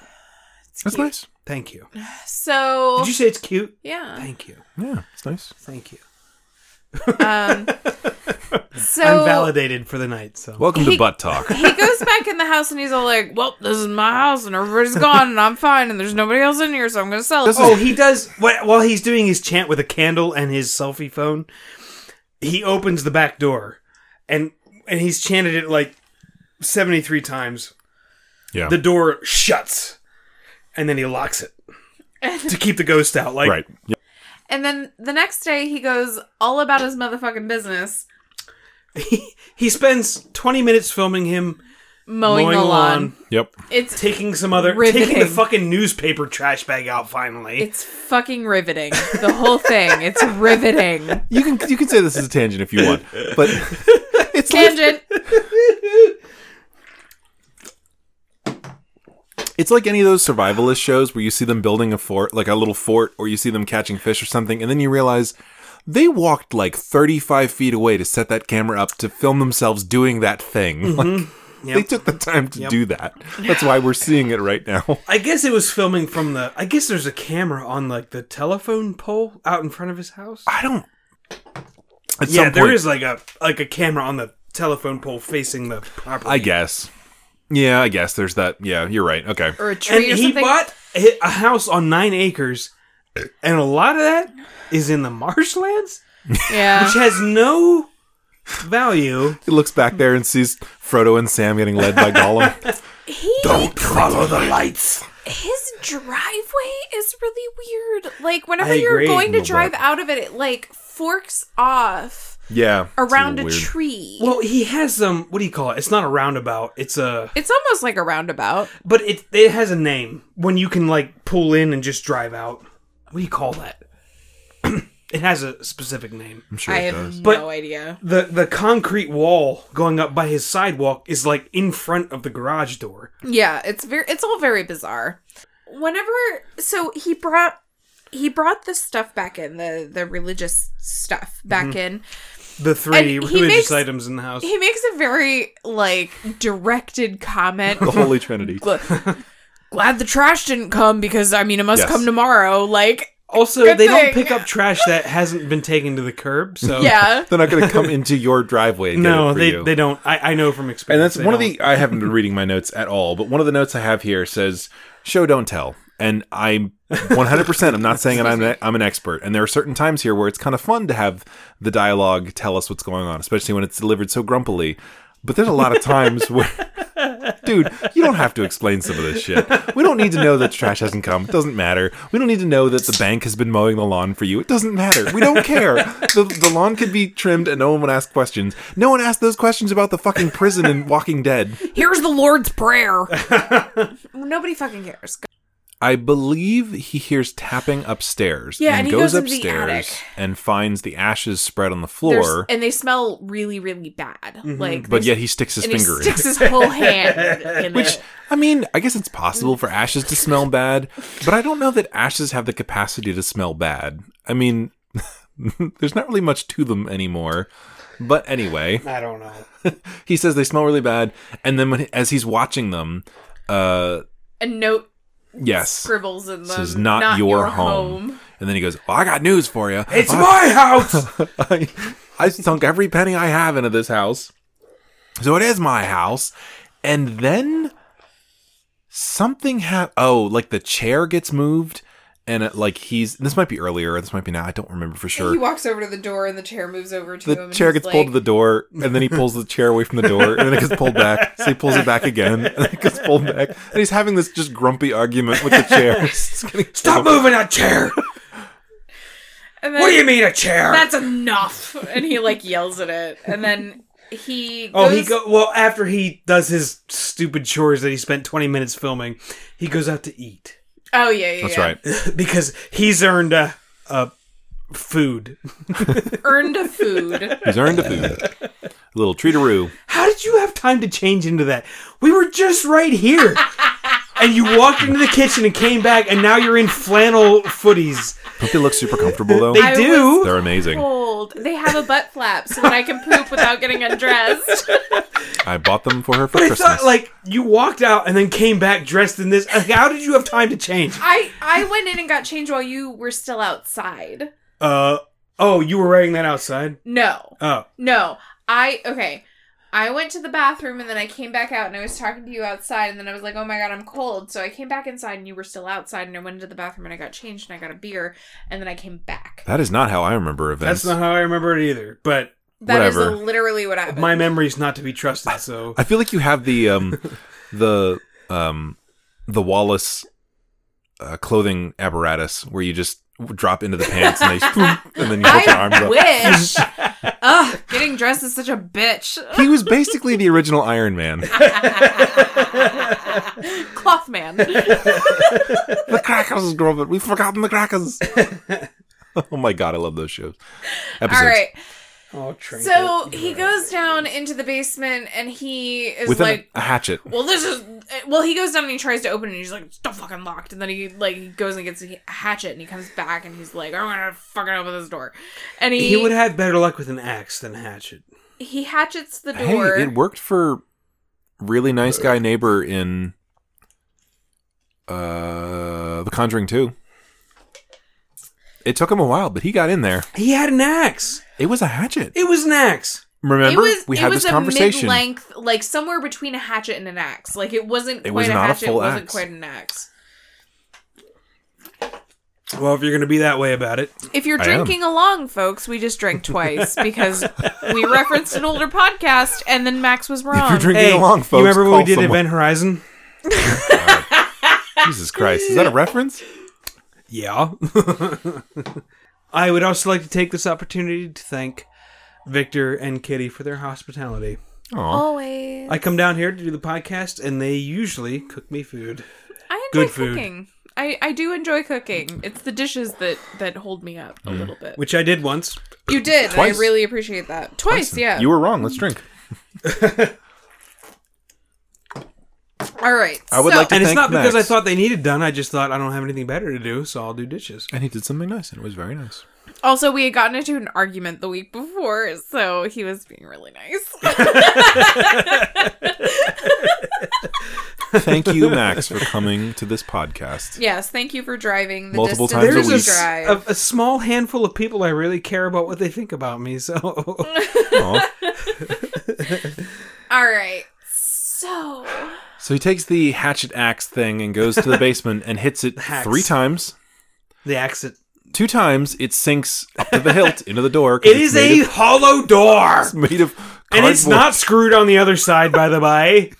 That's nice. Thank you. so Did you say it's cute? yeah. Thank you. Yeah, it's nice. Thank you. Um, so I'm validated for the night, so. Welcome to He- Butt Talk. he goes back in the house and he's all like, "Well, this is my house and everybody's gone and I'm fine and there's nobody else in here, so I'm gonna sell it." Oh, he does. wh- While he's doing his chant with a candle and his selfie phone, he opens the back door, and and he's chanted it like seventy three times. Yeah. The door shuts, and then he locks it to keep the ghost out. Like right. Yeah. And then the next day he goes all about his motherfucking business, he, he spends twenty minutes filming him mowing, the lawn. Yep. It's taking some other, taking Riveting. the fucking newspaper trash bag out. Finally, it's fucking riveting. The whole thing. It's riveting. You can you can say this is a tangent if you want, but it's like Tangent. It's like any of those survivalist shows where you see them building a fort, like a little fort, or you see them catching fish or something, and then you realize they walked like 35 feet away to set that camera up to film themselves doing that thing. Mm-hmm. Like, They took the time to do that. That's why we're seeing it right now. I guess it was filming from the. I guess there's a camera on like the telephone pole out in front of his house. I don't. At yeah, some there point- is like a like a camera on the telephone pole facing the property. I guess. Yeah, I guess there's that. Yeah, you're right. Okay. Or a And tree or he something. bought a a house on nine acres, and a lot of that is in the marshlands, yeah. which has no value. He looks back there and sees Frodo and Sam getting led by Gollum. He, Follow the lights. his driveway is really weird. Like whenever I you're agree. going to Little drive bit. out of it, it like forks off Yeah. it's around a, little weird. tree. Well, he has um, what do you call it? It's not a roundabout. It's a, it's almost like a roundabout. but it it has a name when you can like pull in and just drive out. What do you call that? It has a specific name. I'm sure I it have does. no But- idea. The the concrete wall going up by his sidewalk is like in front of the garage door. Yeah, it's very it's all very bizarre. Whenever so he brought he brought the stuff back in, the the religious stuff back in. The three And he religious makes- items in the house. He makes a very like directed comment. The Holy Trinity. Gl- Glad the trash didn't come because I mean it must Yes. come tomorrow. Like also, Good they thing. don't pick up trash that hasn't been taken to the curb. So yeah. They're not going to come into your driveway. And get no, it for they you. they don't. I, I know from experience. And that's they one of don't. the I haven't been reading my notes at all, but one of the notes I have here says show don't tell. And I'm 100% I'm not saying that I'm, a, I'm an expert. And there are certain times here where it's kind of fun to have the dialogue tell us what's going on, especially when it's delivered so grumpily. But there's a lot of times where dude, you don't have to explain some of this shit. We don't need to know that trash hasn't come. It doesn't matter. We don't need to know that the bank has been mowing the lawn for you. It doesn't matter. We don't care. The, the lawn could be trimmed and no one would ask questions. No one asked those questions about the fucking prison and Walking Dead. Here's the Lord's prayer. Nobody fucking cares. I believe he hears tapping upstairs Yeah, and, and he goes, goes into the upstairs attic. and finds the ashes spread on the There's- floor, and they smell really, really bad. Like, Mm-hmm. but there's- yet he sticks his and he finger in. sticks his whole hand in Which it. I mean, I guess it's possible for ashes to smell bad, but I don't know that ashes have the capacity to smell bad. I mean, there's not really much to them anymore. But anyway, I don't know. he says they smell really bad, and then when as he's watching them, uh, A note yes, scribbles in them. this is not, your, home. And then he goes, well, "I got news for you. It's I- my house. I, I sunk every penny I have into this house. So it is my house. And then something happened. Oh, like the chair gets moved. And it, like he's, this might be earlier, this might be now. I don't remember for He sure. walks over to the door, and the chair moves over to him. The and chair he's gets pulled to like- the door, and then he pulls the chair away from the door, and then it gets pulled back. So he pulls it back again, and it gets pulled back. And he's having this just grumpy argument with the chair. It's getting- Stop moving that chair. And then, What do you mean a chair? That's enough. And he like yells at it, and then he. Goes, Oh, he go well after he does his stupid chores that he spent 20 minutes filming. He goes out to eat Oh yeah, yeah. That's yeah. right. because he's earned a, a food. Earned a food. He's earned a food. A little treateroo. How did you have time to change into that? We were just right here, and you walked into the kitchen and came back, and now you're in flannel footies. Don't they look super comfortable though? They I do. They're amazing. Cold. They have a butt flap so that I can poop without getting undressed. I bought them for her for But I Christmas. thought, like, you walked out and then came back dressed in this. Like, how did you have time to change? I I went in and got changed while you were still outside. Uh, oh, you were wearing that outside. No, Oh, no. I okay. I went to the bathroom and then I came back out and I was talking to you outside and then I was like, "Oh my god, I'm cold." So I came back inside and you were still outside and I went into the bathroom and I got changed and I got a beer and then I came back. That is not how I remember events. that's not how I remember it either. But That is Whatever. literally what happened. my memory's not to be trusted, so I feel like you have the um, the um, the Wallace uh, clothing apparatus where you just drop into the pants and they boom, and then you put your arms I up. wish. Ugh, getting dressed is such a bitch. He was basically the original Iron Man. Cloth man. the crackers, Grover. We've forgotten the crackers. oh my god, I love those shows. Episodes. All right. Oh, Trinket. So he goes down into the basement and he is With like, a hatchet. well, this is. Well, he goes down and he tries to open it and he's like, it's still fucking locked. And then he like he goes and gets a hatchet and he comes back and he's like, I'm gonna fucking open this door. And he he would have better luck with an axe than a hatchet. he hatchets the Hey, door. it worked for really nice guy neighbor in uh The Conjuring 2. It took him a while, but he got in there. He had an axe. It was a hatchet. It was an axe. It Remember, was we it had was this a conversation. mid-length, like somewhere between a hatchet and an axe. Like it wasn't It quite was a not a hatchet. full it wasn't axe. quite an axe. Well, if you're going to be that way about it, If you're I am. drinking along, folks, we just drank twice because we referenced an older podcast and then Max was wrong. If you're drinking along, folks, you remember call when we did someone. Event Horizon? Jesus Christ, is that a reference? Yeah. I would also like to take this opportunity to thank Victor and Kitty for their hospitality. Aw. Oh, Always. I come down here to do the podcast, and they usually cook me food. I enjoy Good food. cooking. I, I do enjoy cooking. It's the dishes that that hold me up a little bit. Which I did once. you did. Mm. Twice. I really appreciate that. Twice, yeah. You were wrong. Let's drink. All right. I would so- like to And it's thank not because I Max. thought they needed done. I just thought I don't have anything better to do, so I'll do dishes. And he did something nice, and it was very nice. Also, we had gotten into an argument the week before, so he was being really nice. Thank you, Max, for coming to this podcast. yes, thank you for driving the Multiple distance times you a There's week. a, drive. s- a- a small handful of people I really care about what they think about me, so Aw. All right. So, So he takes the hatchet axe thing and goes to the basement and hits it Hacks. three times. the accent. Two times it sinks up to the hilt into the door. 'cause It it's is made a hollow door, of, made of and it's cardboard. not screwed on the other side. By the by,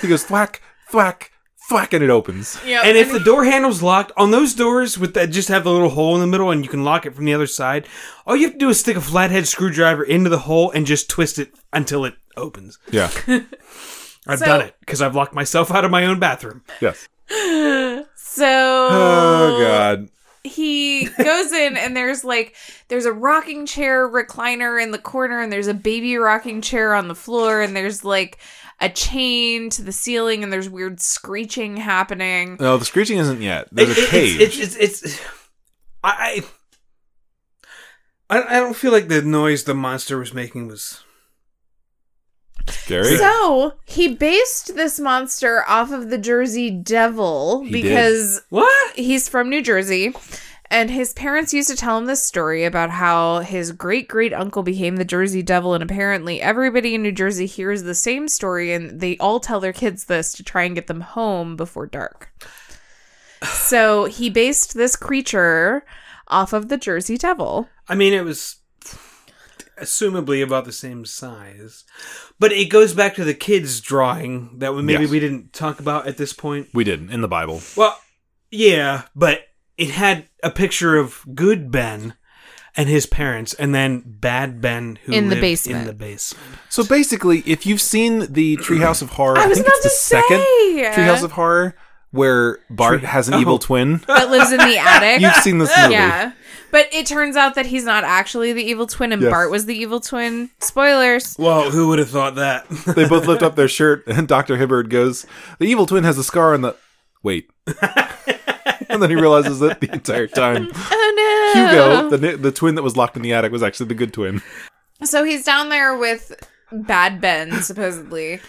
He goes thwack, thwack, thwack, and it opens. yeah. and if the door handle's locked on those doors with that just have the little hole in the middle, and you can lock it from the other side. All you have to do is stick a flathead screwdriver into the hole and just twist it until it opens. Yeah. I've So- done it because I've locked myself out of my own bathroom. Yes. so Oh God. he goes in and there's like there's a rocking chair recliner in the corner and there's a baby rocking chair on the floor and there's like a chain to the ceiling and there's weird screeching happening. No, the screeching isn't yet. There's It- a it- cage. It's it's, it's, it's I, I I I don't feel like the noise the monster was making was Scary. So he based this monster off of the Jersey Devil He did. because what he's from New Jersey. And his parents used to tell him this story about how his great great uncle became the Jersey Devil. And apparently, everybody in New Jersey hears the same story, and they all tell their kids this to try and get them home before dark. So he based this creature off of the Jersey Devil. I mean it was assumably about the same size, but it goes back to the kids drawing that we- maybe Yes. we didn't talk about at this point. we didn't in the Bible. Well, yeah, but it had a picture of good Ben. And his parents, and then Bad Ben, who In the lived basement. In the basement. So basically, if you've seen the Treehouse of Horror, I I, was think about it's the to second say. Treehouse of Horror where Bart has an Oh. evil twin. That lives in the attic. You've seen this movie. Yeah. But it turns out that he's not actually the evil twin and Yes. Bart was the evil twin. Spoilers. Well, who would have thought that? They both lift up their shirt, and Dr. Hibbard goes, The evil twin has a scar on the. Wait. and then he realizes that the entire time, Oh no. Hugo, the, ni- the twin that was locked in the attic, was actually the good twin. So he's down there with Bad Ben, supposedly.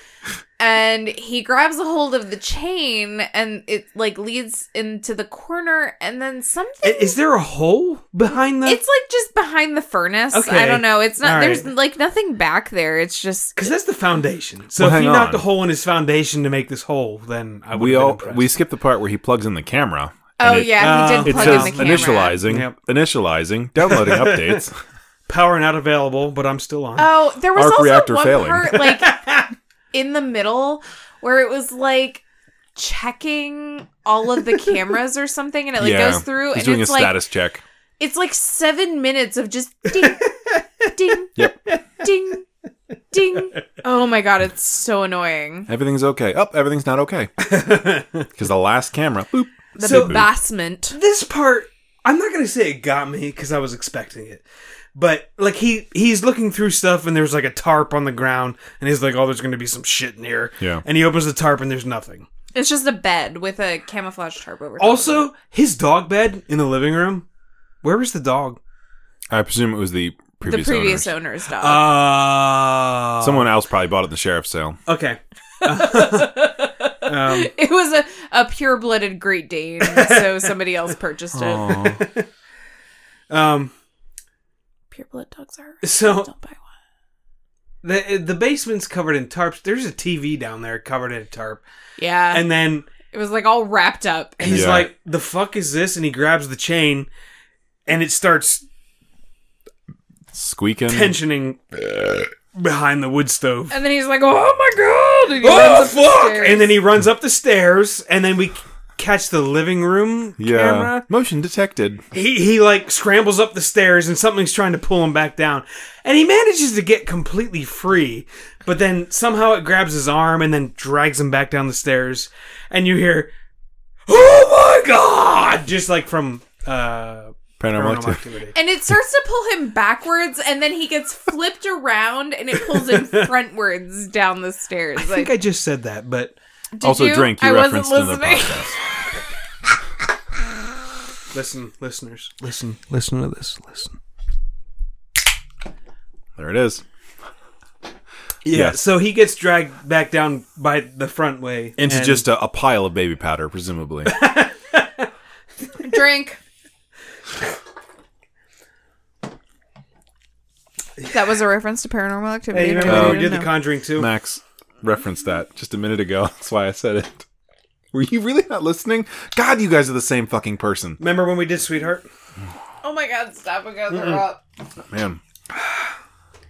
And he grabs a hold of the chain and it like leads into the corner and then something I- Is there a hole behind the? it's like just behind the furnace. I Okay. don't know. It's not All there's right. like nothing back there. It's just Because that's the foundation. So Well, if hang he knocked on. a hole in his foundation to make this hole, then I would We have been all impressed. we skip the part where he plugs in the camera. Oh and it- yeah, he uh, did It plug says in the camera. initializing, Yep. initializing, downloading updates. Power not available, but I'm still on. Oh, there was Arc also reactor one failing. part like in the middle where it was like checking all of the cameras or something, and it like goes through He's and doing it's a like status check. it's like seven minutes of just ding, ding, Yep. ding, ding. Oh my god, it's so annoying. Everything's okay. Up, everything's not okay. Because the last camera, boop. The So- basement. this part, I'm not gonna say it got me because I was expecting it, but like he he's looking through stuff and there's like a tarp on the ground and he's like, oh, there's gonna be some shit in here. Yeah. And he opens the tarp and there's nothing. It's just a bed with a camouflage tarp over. top of it. Also, his dog bed in the living room. Where was the dog? I presume it was the the previous, previous owners. owner's dog. Uh, Someone else probably bought it at the sheriff's sale. Okay. um, It was a, a pure blooded Great Dane, so somebody else purchased it. Oh. um, Pure blood dogs are. So- don't buy one. the the basement's covered in tarps. There's a TV down there covered in a tarp, Yeah, and then it was like all wrapped up. And he's Yeah. like, "The fuck is this?" And he grabs the chain, and it starts Squeaking. tensioning behind the wood stove. And then he's like, "Oh my god!" And he Oh runs up the fuck! stairs. And then he runs up the stairs, and then we c- catch the living room Yeah. camera. Motion detected. He he like scrambles up the stairs, and something's trying to pull him back down, and he manages to get completely free. But then somehow it grabs his arm and then drags him back down the stairs, and you hear. "Oh my god!" Just like from uh, Paranormal Paranormal Activity. Activity. And it starts to pull him backwards, and then he gets flipped around, and it pulls him frontwards down the stairs. I think I just said that, but Also, drink. You I referenced wasn't in the listening. podcast. listen, listeners, listen, listen to this, listen. There it is. Yeah. Yes. So he gets dragged back down by the front way Into and- just a, a pile of baby powder, presumably. Drink. That was a reference to paranormal activity. Hey, you remember Nobody Oh, when we would did the know. Conjuring too? Max referenced that just a minute ago. That's why I said it. Were you really not listening? God, you guys are the same fucking person. Remember when we did Sweetheart? oh my god, stop and go throw up. Man.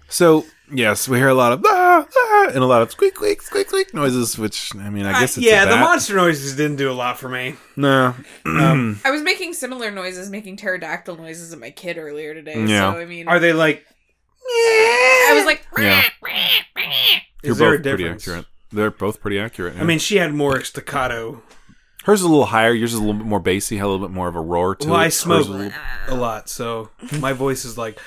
So, yes, we hear a lot of ah, ah, and a lot of squeak, squeak, squeak, squeak noises, which, I mean, I guess it's Uh, yeah, a the bat. monster noises didn't do a lot for me. No. I was making similar noises, making pterodactyl noises at my kid earlier today. Yeah. So I mean, Are they like? I was like, Yeah. Is You're there a both pretty difference? accurate. They're both pretty accurate. I mean, she had more staccato. hers is a little higher. Yours is a little bit more bassy, had a little bit more of a roar to Well, it. I Hers smoke is a little- a lot, so my voice is like,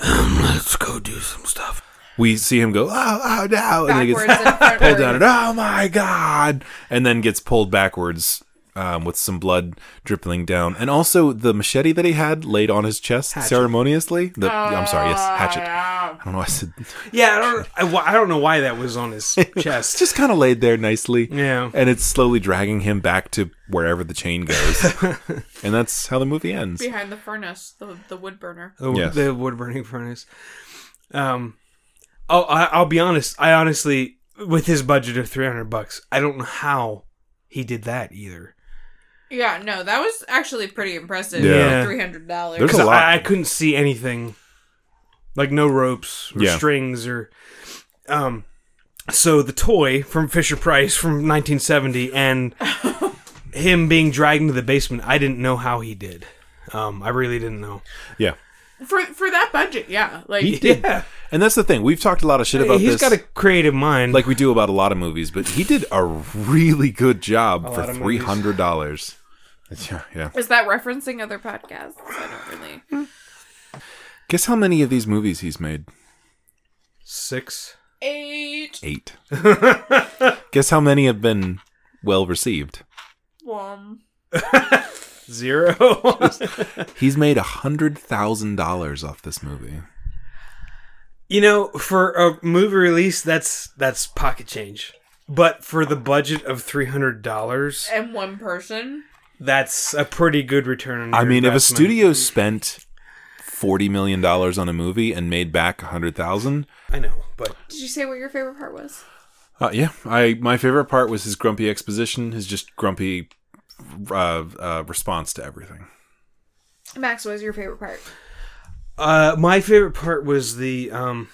let's go do some stuff. We see him go, oh, oh, no. And then he backwards gets and pulled down and frontwards. oh my god and then gets pulled backwards um, with some blood dripping down and also the machete that he had laid on his chest ceremoniously the, i'm sorry yes hatchet i don't know why i said Yeah, I don't, I, wh- I don't know why that was on his it's chest. just kind of laid there nicely Yeah. and it's slowly dragging him back to wherever the chain goes and that's how the movie ends behind the furnace, the the wood burner. The, Yes. the wood burning furnace. Um, oh, I, I'll be honest. I honestly, with his budget of three hundred bucks, I don't know how he did that either. Yeah, no, that was actually pretty impressive. Yeah. three hundred dollars. There's a Because lot. I, I couldn't see anything, like no ropes or Yeah. strings or, um, so the toy from Fisher Price from 1970 and him being dragged into the basement, I didn't know how he did. Um, I really didn't know. yeah for for that budget. Yeah, like he did and that's the thing we've talked a lot of shit about He's this got a creative mind. like we do about a lot of movies, but he did a really good job for lot of three hundred dollars. Yeah, yeah. is that referencing other podcasts? I don't really. Guess how many of these movies he's made? six. Eight Eight. Guess how many have been well received? one. Zero. He's made a hundred thousand dollars off this movie. you know, for a movie release, that's that's pocket change. But for the budget of three hundred dollars, and one person. that's a pretty good return. On I your mean, if a investment. studio spent forty million dollars on a movie and made back a hundred thousand, I know, but Did you say what your favorite part was? Uh, yeah, I my favorite part was his grumpy exposition, his just grumpy uh, uh, response to everything. Max, what was your favorite part? Uh, my favorite part was the um,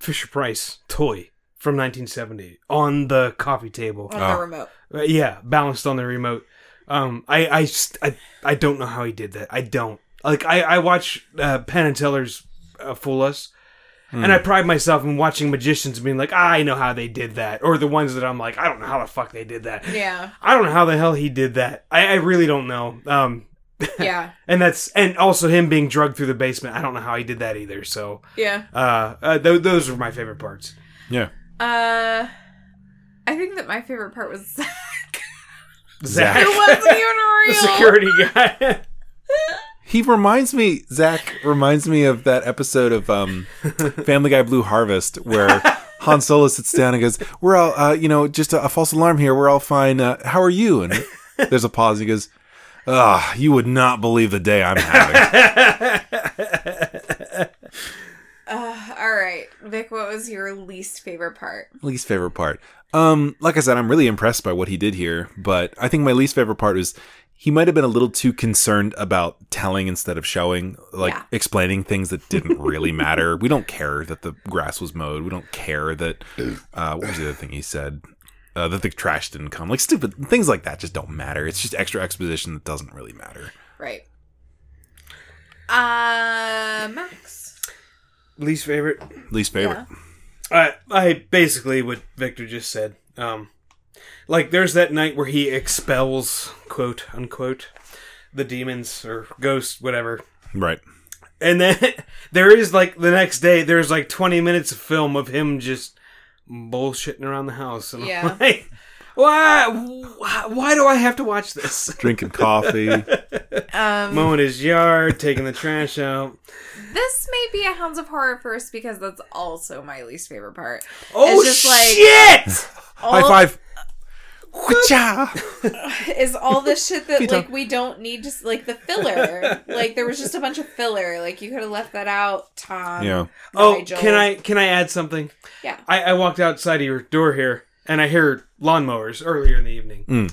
Fisher Price toy from 1970 on the coffee table. On the remote. Uh, yeah, balanced on the remote. Um, I I, st- I I don't know how he did that. I don't like. I I watch uh, Penn and Teller's uh, Fool Us, and I pride myself in watching magicians being like, "Ah, I know how they did that, or the ones that I'm like, I don't know how the fuck they did that. Yeah, I don't know how the hell he did that. I, I really don't know. Um, yeah, and that's and also him being drugged through the basement. I don't know how he did that either. So yeah. uh, uh th- those were my favorite parts. Yeah, Uh, I think that my favorite part was Zach. Zach, it wasn't even real. the security guy. He reminds me, Zach reminds me of that episode of um, Family Guy Blue Harvest where Han Solo sits down and goes, We're all, uh, you know, just a, a false alarm here. We're all fine. Uh, how are you? And there's a pause. He goes, Ah, you would not believe the day I'm having. uh, All right, Vic, what was your least favorite part? least favorite part. Um, like I said, I'm really impressed by what he did here, but I think my least favorite part was he might have been a little too concerned about telling instead of showing, like Yeah. explaining things that didn't really matter. We don't care that the grass was mowed. We don't care that uh, what was the other thing he said? Uh, that the trash didn't come. Like stupid things like that just don't matter. It's just extra exposition that doesn't really matter. Right. Uh, Max. Least favorite. Least favorite. I I basically what Victor just said. Um, Like there's that night where he expels quote unquote the demons or ghosts, whatever. Right. And then there is like the next day there's like twenty minutes of film of him just bullshitting around the house and I'm Yeah. like why, why why do I have to watch this? Drinking coffee. Um, Mowing his yard, taking the trash out. this may be a Hounds of Horror first because that's also my least favorite part. Oh It's just like- shit! All, High five. Wha-cha! is all the shit that Vito. like we don't need just like the filler like there was just a bunch of filler like you could have left that out tom Yeah. Oh, Nigel. can I can I add something? Yeah. I, I walked outside of your door here, and I heard lawnmowers earlier in the evening, Mm.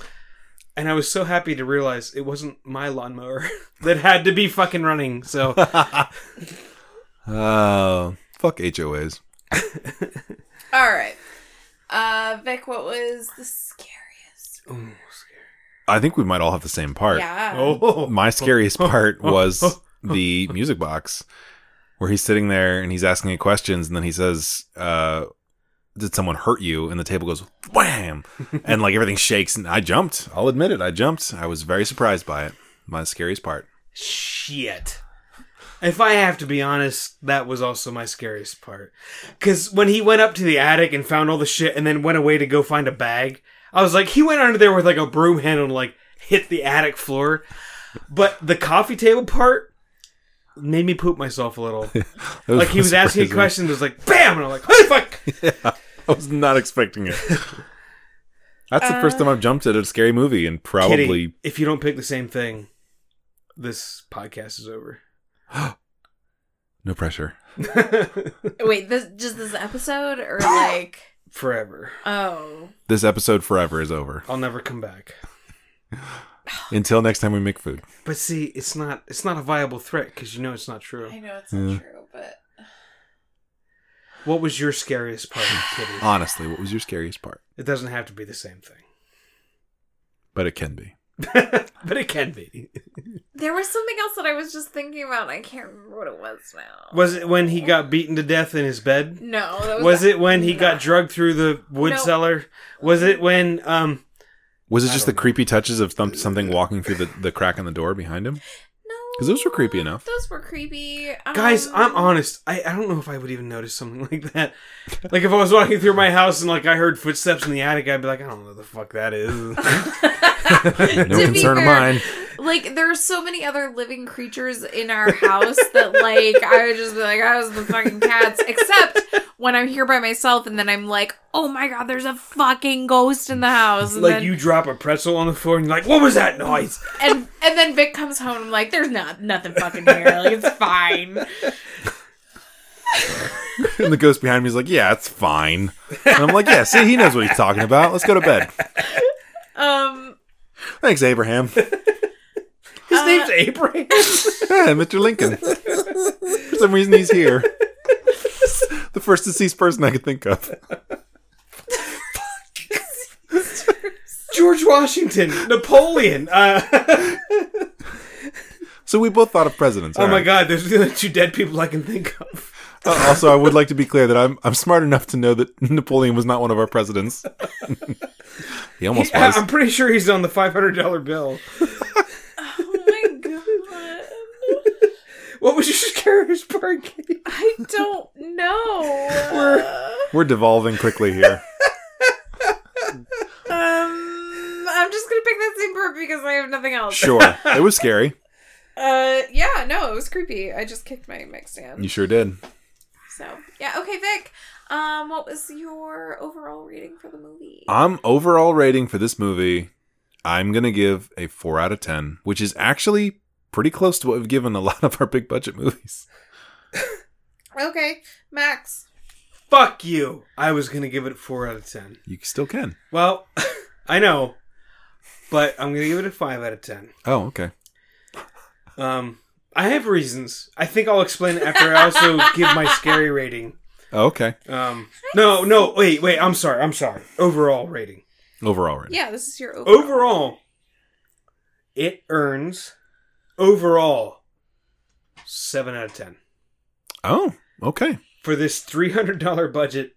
and I was so happy to realize it wasn't my lawnmower that had to be fucking running. So Uh, fuck HOAs. all right uh vic what was the scariest I think we might all have the same part. yeah oh, My scariest part was the music box where he's sitting there and he's asking you questions and then he says, uh, did someone hurt you? And the table goes wham, and like everything shakes. And I jumped. I'll admit it. I jumped. I was very surprised by it. My scariest part. shit! If I have to be honest, that was also my scariest part. Because when he went up to the attic and found all the shit, and then went away to go find a bag, I was like, he went under there with like a broom handle and like hit the attic floor. But the coffee table part made me poop myself a little. That like he was asking a surprising. question, it was like bam, and I'm like, holy fuck! I was not expecting it. That's the first time I've jumped at a scary movie and probably Kitty, if you don't pick the same thing, this podcast is over. no pressure. wait this just this episode or like Forever, oh This episode forever is over. I'll never come back. Until next time we make food. But see, it's not it's not a viable threat because you know it's not i true. know it's Yeah. not true but What was your scariest part, Kitty? Honestly, what was your scariest part? It doesn't have to be the same thing, But it can be. but it can be. there was something else that i was just thinking about and i can't remember what it was now Was it when he got beaten to death in his bed? no that was, Was it when he got drugged through the wood No. cellar? Was it when um Was it I just the don't know. creepy touches of thump- something walking through the, the crack in the door behind him? no 'Cause those were creepy enough. those were creepy um, Guys, I'm honest. I, I don't know if I would even notice something like that. Like if I was walking through my house and like I heard footsteps in the attic, I'd be like, I don't know what the fuck that is. No To be concern of fair, mine. Like there are so many other living creatures in our house that like I would just be like, I was the fucking cats. Except when I'm here by myself and then I'm like, oh my god, there's a fucking ghost in the house. And like then, you drop a pretzel on the floor and you're like, what was that noise? and and then Vic comes home and I'm like, there's not nothing fucking here. Like it's fine. And the ghost behind me is like, yeah, it's fine. And I'm like, yeah, see, he knows what he's talking about. Let's go to bed. Um Thanks, Abraham. His Uh, name's Abraham. Yeah, Mr. Lincoln. For some reason, he's here. the first deceased person I could think of. George Washington, Napoleon. Uh, So we both thought of presidents. oh all my right. god, there's the only two dead people I can think of. Uh, also, I would like to be clear that I'm I'm smart enough to know that Napoleon was not one of our presidents. he almost Yeah, was. I'm pretty sure he's on the five hundred dollar bill. Oh my god. What was your scariest part? Kitty? I don't know. We're devolving quickly here. um I'm just gonna pick that same part because I have nothing else. Sure, it was scary. Uh, yeah, no, it was creepy. I just kicked my mic stand. You sure did. So yeah, okay, Vic. Um, what was your overall rating for the movie? I'm overall rating for this movie. I'm gonna give a four out of ten, which is actually pretty close to what we've given a lot of our big budget movies. okay, Max. Fuck you. I was gonna give it a four out of ten. You still can. Well, I know, but I'm gonna give it a five out of ten. Oh, okay. Um, I have reasons. I think I'll explain it after I also give my scary rating. Oh, okay. Um, no, no, wait, wait. I'm sorry. I'm sorry. Overall rating. Overall rating. Yeah, this is your Oh, overall. Overall, it earns overall seven out of ten Oh, okay. for this three hundred dollar budget,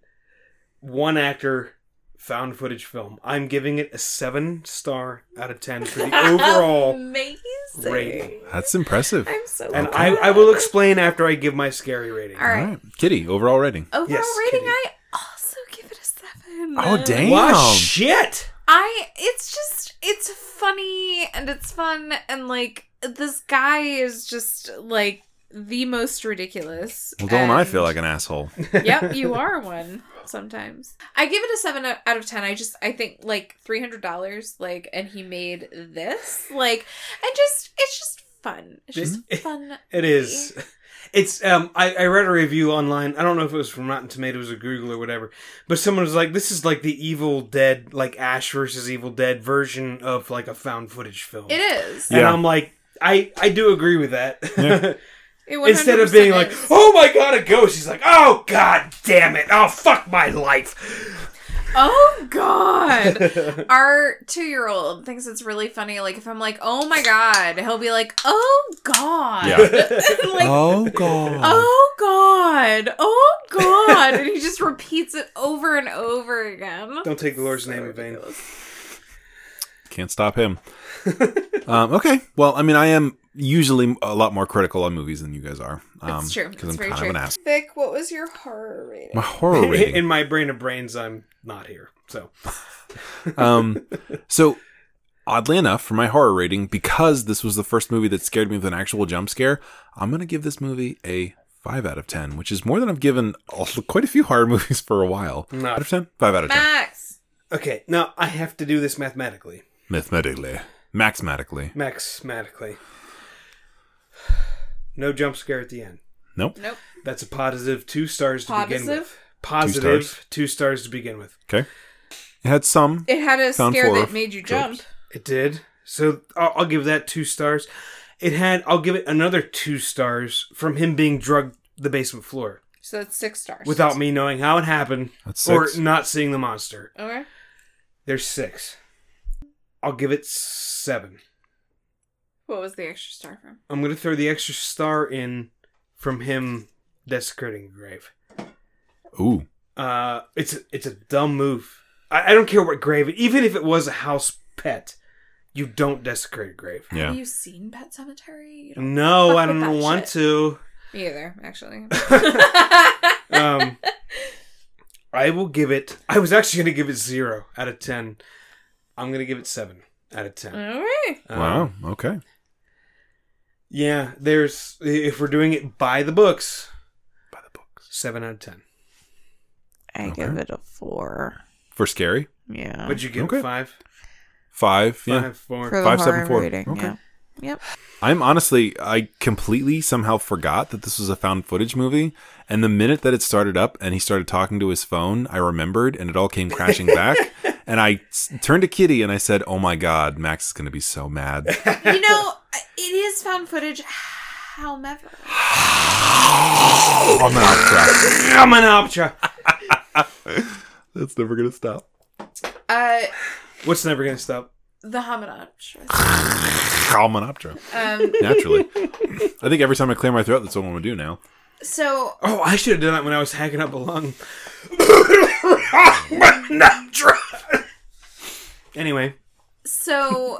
one actor, found footage film. I'm giving it a seven star out of ten for the Oh, overall Amazing. rating. That's impressive. I'm so uh, And I, I will explain after I give my scary rating. All All right. right, Kitty. Overall rating. Overall Yes, rating, Kitty. I also give it a seven. Oh damn! Wow, shit! I it's just it's funny and it's fun and like this guy is just like the most ridiculous. Well, don't I and- feel like an asshole? yep, you are one sometimes. I give it a seven out out of ten. I just I think like three hundred dollars, like, and he made this, like, and just it's just fun. It's just Mm-hmm. fun. It is. It's um I, I read a review online. I don't know if it was from Rotten Tomatoes or Google or whatever, but someone was like, This is like the Evil Dead, like Ash versus Evil Dead version of like a found footage film. It is. And Yeah. I'm like, I, I do agree with that. It Instead of being 100% like, is. oh my god, a ghost, he's like, oh god damn it, oh fuck my life. Oh God! Our two-year-old thinks it's really funny. Like if I'm like, "Oh my God," he'll be like, "Oh God!" Yeah. like, oh. oh god! God! Oh God!" and he just repeats it over and over again. Don't take the Lord's name in vain. Can't stop him. um, okay. Well, I mean, I am usually a lot more critical on movies than you guys are. Um, It's true. Because It's I'm very kind true. of an ass. Vic, what was your horror rating? My horror rating. In my brain of brains, I'm not here. So um, so oddly enough, for my horror rating, because this was the first movie that scared me with an actual jump scare, I'm gonna give this movie a five out of ten, which is more than I've given all, quite a few horror movies for a while. No. Out of ten, five out of ten. Max. Okay, now I have to do this mathematically. Mathematically, maximatically. Mathematically. No jump scare at the end. Nope. Nope. That's a positive two stars to begin with. Positive? Positive two Two stars. to begin with. Okay. It had some. It had a Found scare horror that made you jump. It did. So I'll, I'll give that two stars. It had. I'll give it another two stars from him being drugged the basement floor So that's six stars. without me knowing how it happened That's or six. not seeing the monster. Okay. There's six. I'll give it seven. What was the extra star from? I'm gonna throw the extra star in from him desecrating the grave. Ooh. Uh, it's a, it's a dumb move. I, I don't care what grave, even if it was a house pet, you don't desecrate a grave. Yeah. Have you seen Pet Cemetery? You don't No, fuck I with don't that want shit. to. Me either, actually. Um, I will give it. I was actually gonna give it zero out of ten. I'm gonna give it seven out of ten. All right. Um, wow. Okay. Yeah, there's if we're doing it by the books. By the books. Seven out of ten. I Okay. give it a four. For scary, Yeah. Would you give Okay. it five? five. Yeah. Five, four. the Five, seven, horror four. rating, Okay. yeah. I'm honestly, I completely somehow forgot that this was a found footage movie. And the minute that it started up and he started talking to his phone, I remembered and it all came crashing back. And I s- turned to Kitty and I said, Oh my God, Max is going to be so mad. you know, it is found footage. However, Oh, no, crap. I'm an optra. That's never going to stop. uh, What's never gonna stop? the Hamanoptera. Calmanoptera. Um, Naturally. I think every time I clear my throat, that's what I'm going to do now. so Oh, I should have done that when I was hacking up a lung. anyway, so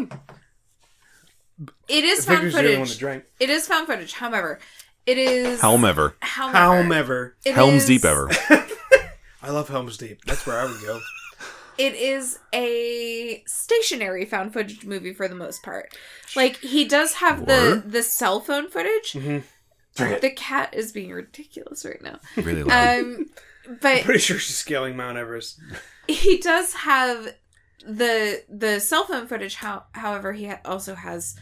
it is found Victor's the only one that footage. drank. It is found footage. However, it is Helmever. However, However, it Helm's is- Deep ever. I love Helm's Deep. That's where I would go. It is a stationary found footage movie for the most part. Like he does have the the cell phone footage. The cat is being ridiculous right now. Really loud. Um, but Pretty sure she's scaling Mount Everest. he does have the the cell phone footage. How, however, he ha- also has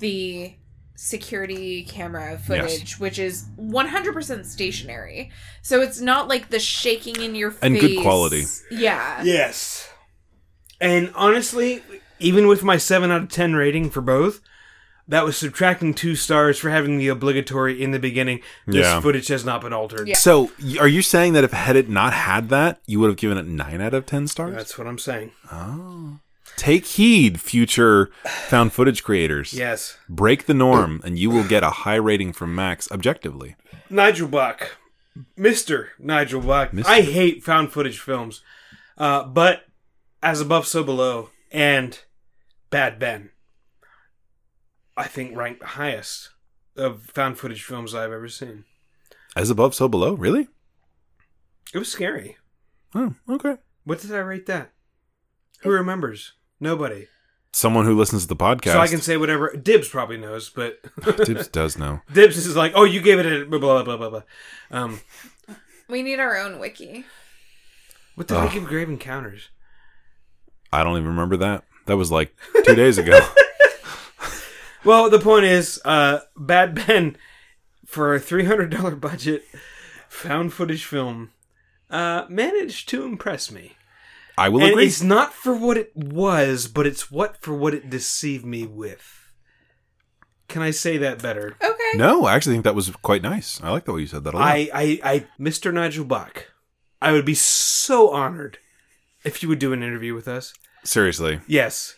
the security camera footage, which is 100% stationary. So it's not like the shaking in your face And good quality. Yeah. Yes. And honestly, even with my 7 out of 10 rating for both, that was subtracting two stars for having the obligatory in the beginning. This Yeah. footage has not been altered. Yeah. So, y- are you saying that if had it not had that, you would have given it nine out of ten stars? Oh. That's what I'm saying. Take heed, future found footage creators. Yes. Break the norm, and you will get a high rating from Max objectively. Nigel Buck, Mister Nigel Buck. I hate found footage films, uh, but As Above, So Below, and Bad Ben, I think ranked highest of found footage films I've ever seen. As above, so below. Really? It was scary. Oh, okay. What did I rate that? Who remembers? Nobody. Someone who listens to the podcast. So I can say whatever. Dibs probably knows, but Tibbs does know. Dibs is like, oh, you gave it a blah blah blah blah blah. Um, We need our own wiki. what did Ugh. I give Grave Encounters? I don't even remember that. That was like two days ago. Well, the point is, uh, Bad Ben, for a three hundred dollar budget, found footage film, uh, managed to impress me. I will and agree. it's not for what it was, but it's what for what it deceived me with. Can I say that better? Oh, Okay. No, I actually think that was quite nice. I like the way you said that a lot. I, I, I, Mr. Nigel Buck, I would be so honored if you would do an interview with us. Seriously. Yes.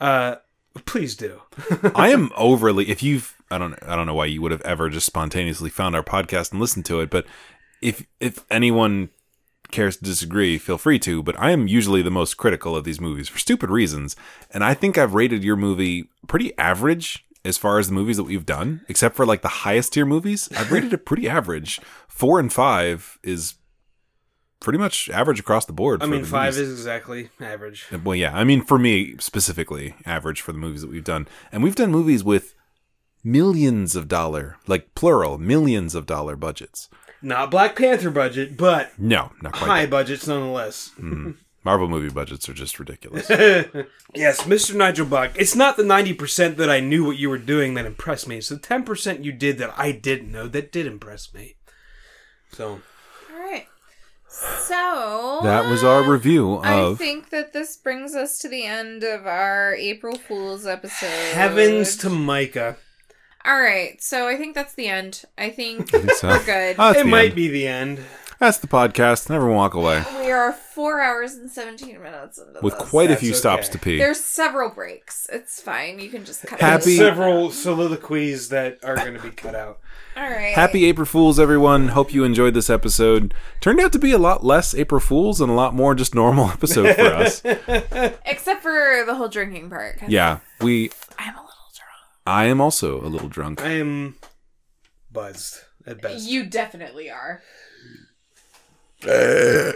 Uh, please do. I am overly if you've I don't I don't know why you would have ever just spontaneously found our podcast and listened to it, but if if anyone cares to disagree, feel free to, but I am usually the most critical of these movies for stupid reasons, and I think I've rated your movie pretty average as far as the movies that we've done, except for like the highest tier movies. I've rated it pretty average. 4 and 5 is pretty much average across the board. I for mean, the five movies. is exactly average. Well, yeah. I mean, for me specifically, average for the movies that we've done, and we've done movies with millions of dollar, like plural, millions of dollar budgets. Not Black Panther budget, but No, not quite. high that. budgets nonetheless. Marvel movie budgets are just ridiculous. Yes, Mr. Nigel Buck, it's not the 90% that I knew what you were doing that impressed me. It's the 10% you did that I didn't know that did impress me. So, All right. So that was our review I of. think that this brings us to the end of our April Fools episode. heavens to Micah. All right, so I think that's the end. I think, I think so. we're good. Ah, that's it the might end. be the end. That's the podcast. Never walk away we are four hours and seventeen minutes into with this. quite a That's few stops okay. to pee. There's several breaks. It's fine. You can just cut Happy- those out. Several soliloquies that are going to be cut out. All right. Happy April Fools, everyone. Hope you enjoyed this episode. Turned out to be a lot less April Fools and a lot more just normal episode for us. Except for the whole drinking part. 'cause yeah, we. I'm a little I am also a little drunk. I am buzzed at best. You definitely are. There's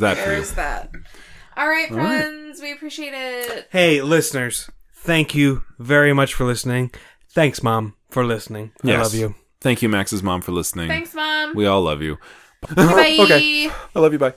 that for you. There's that. All right, friends. We appreciate it. Hey, listeners, thank you very much for listening. Thanks, Mom, for listening. I Yes. love you. Thank you, Max's mom, for listening. Thanks, Mom. We all love you. Bye. okay. I love you. Bye.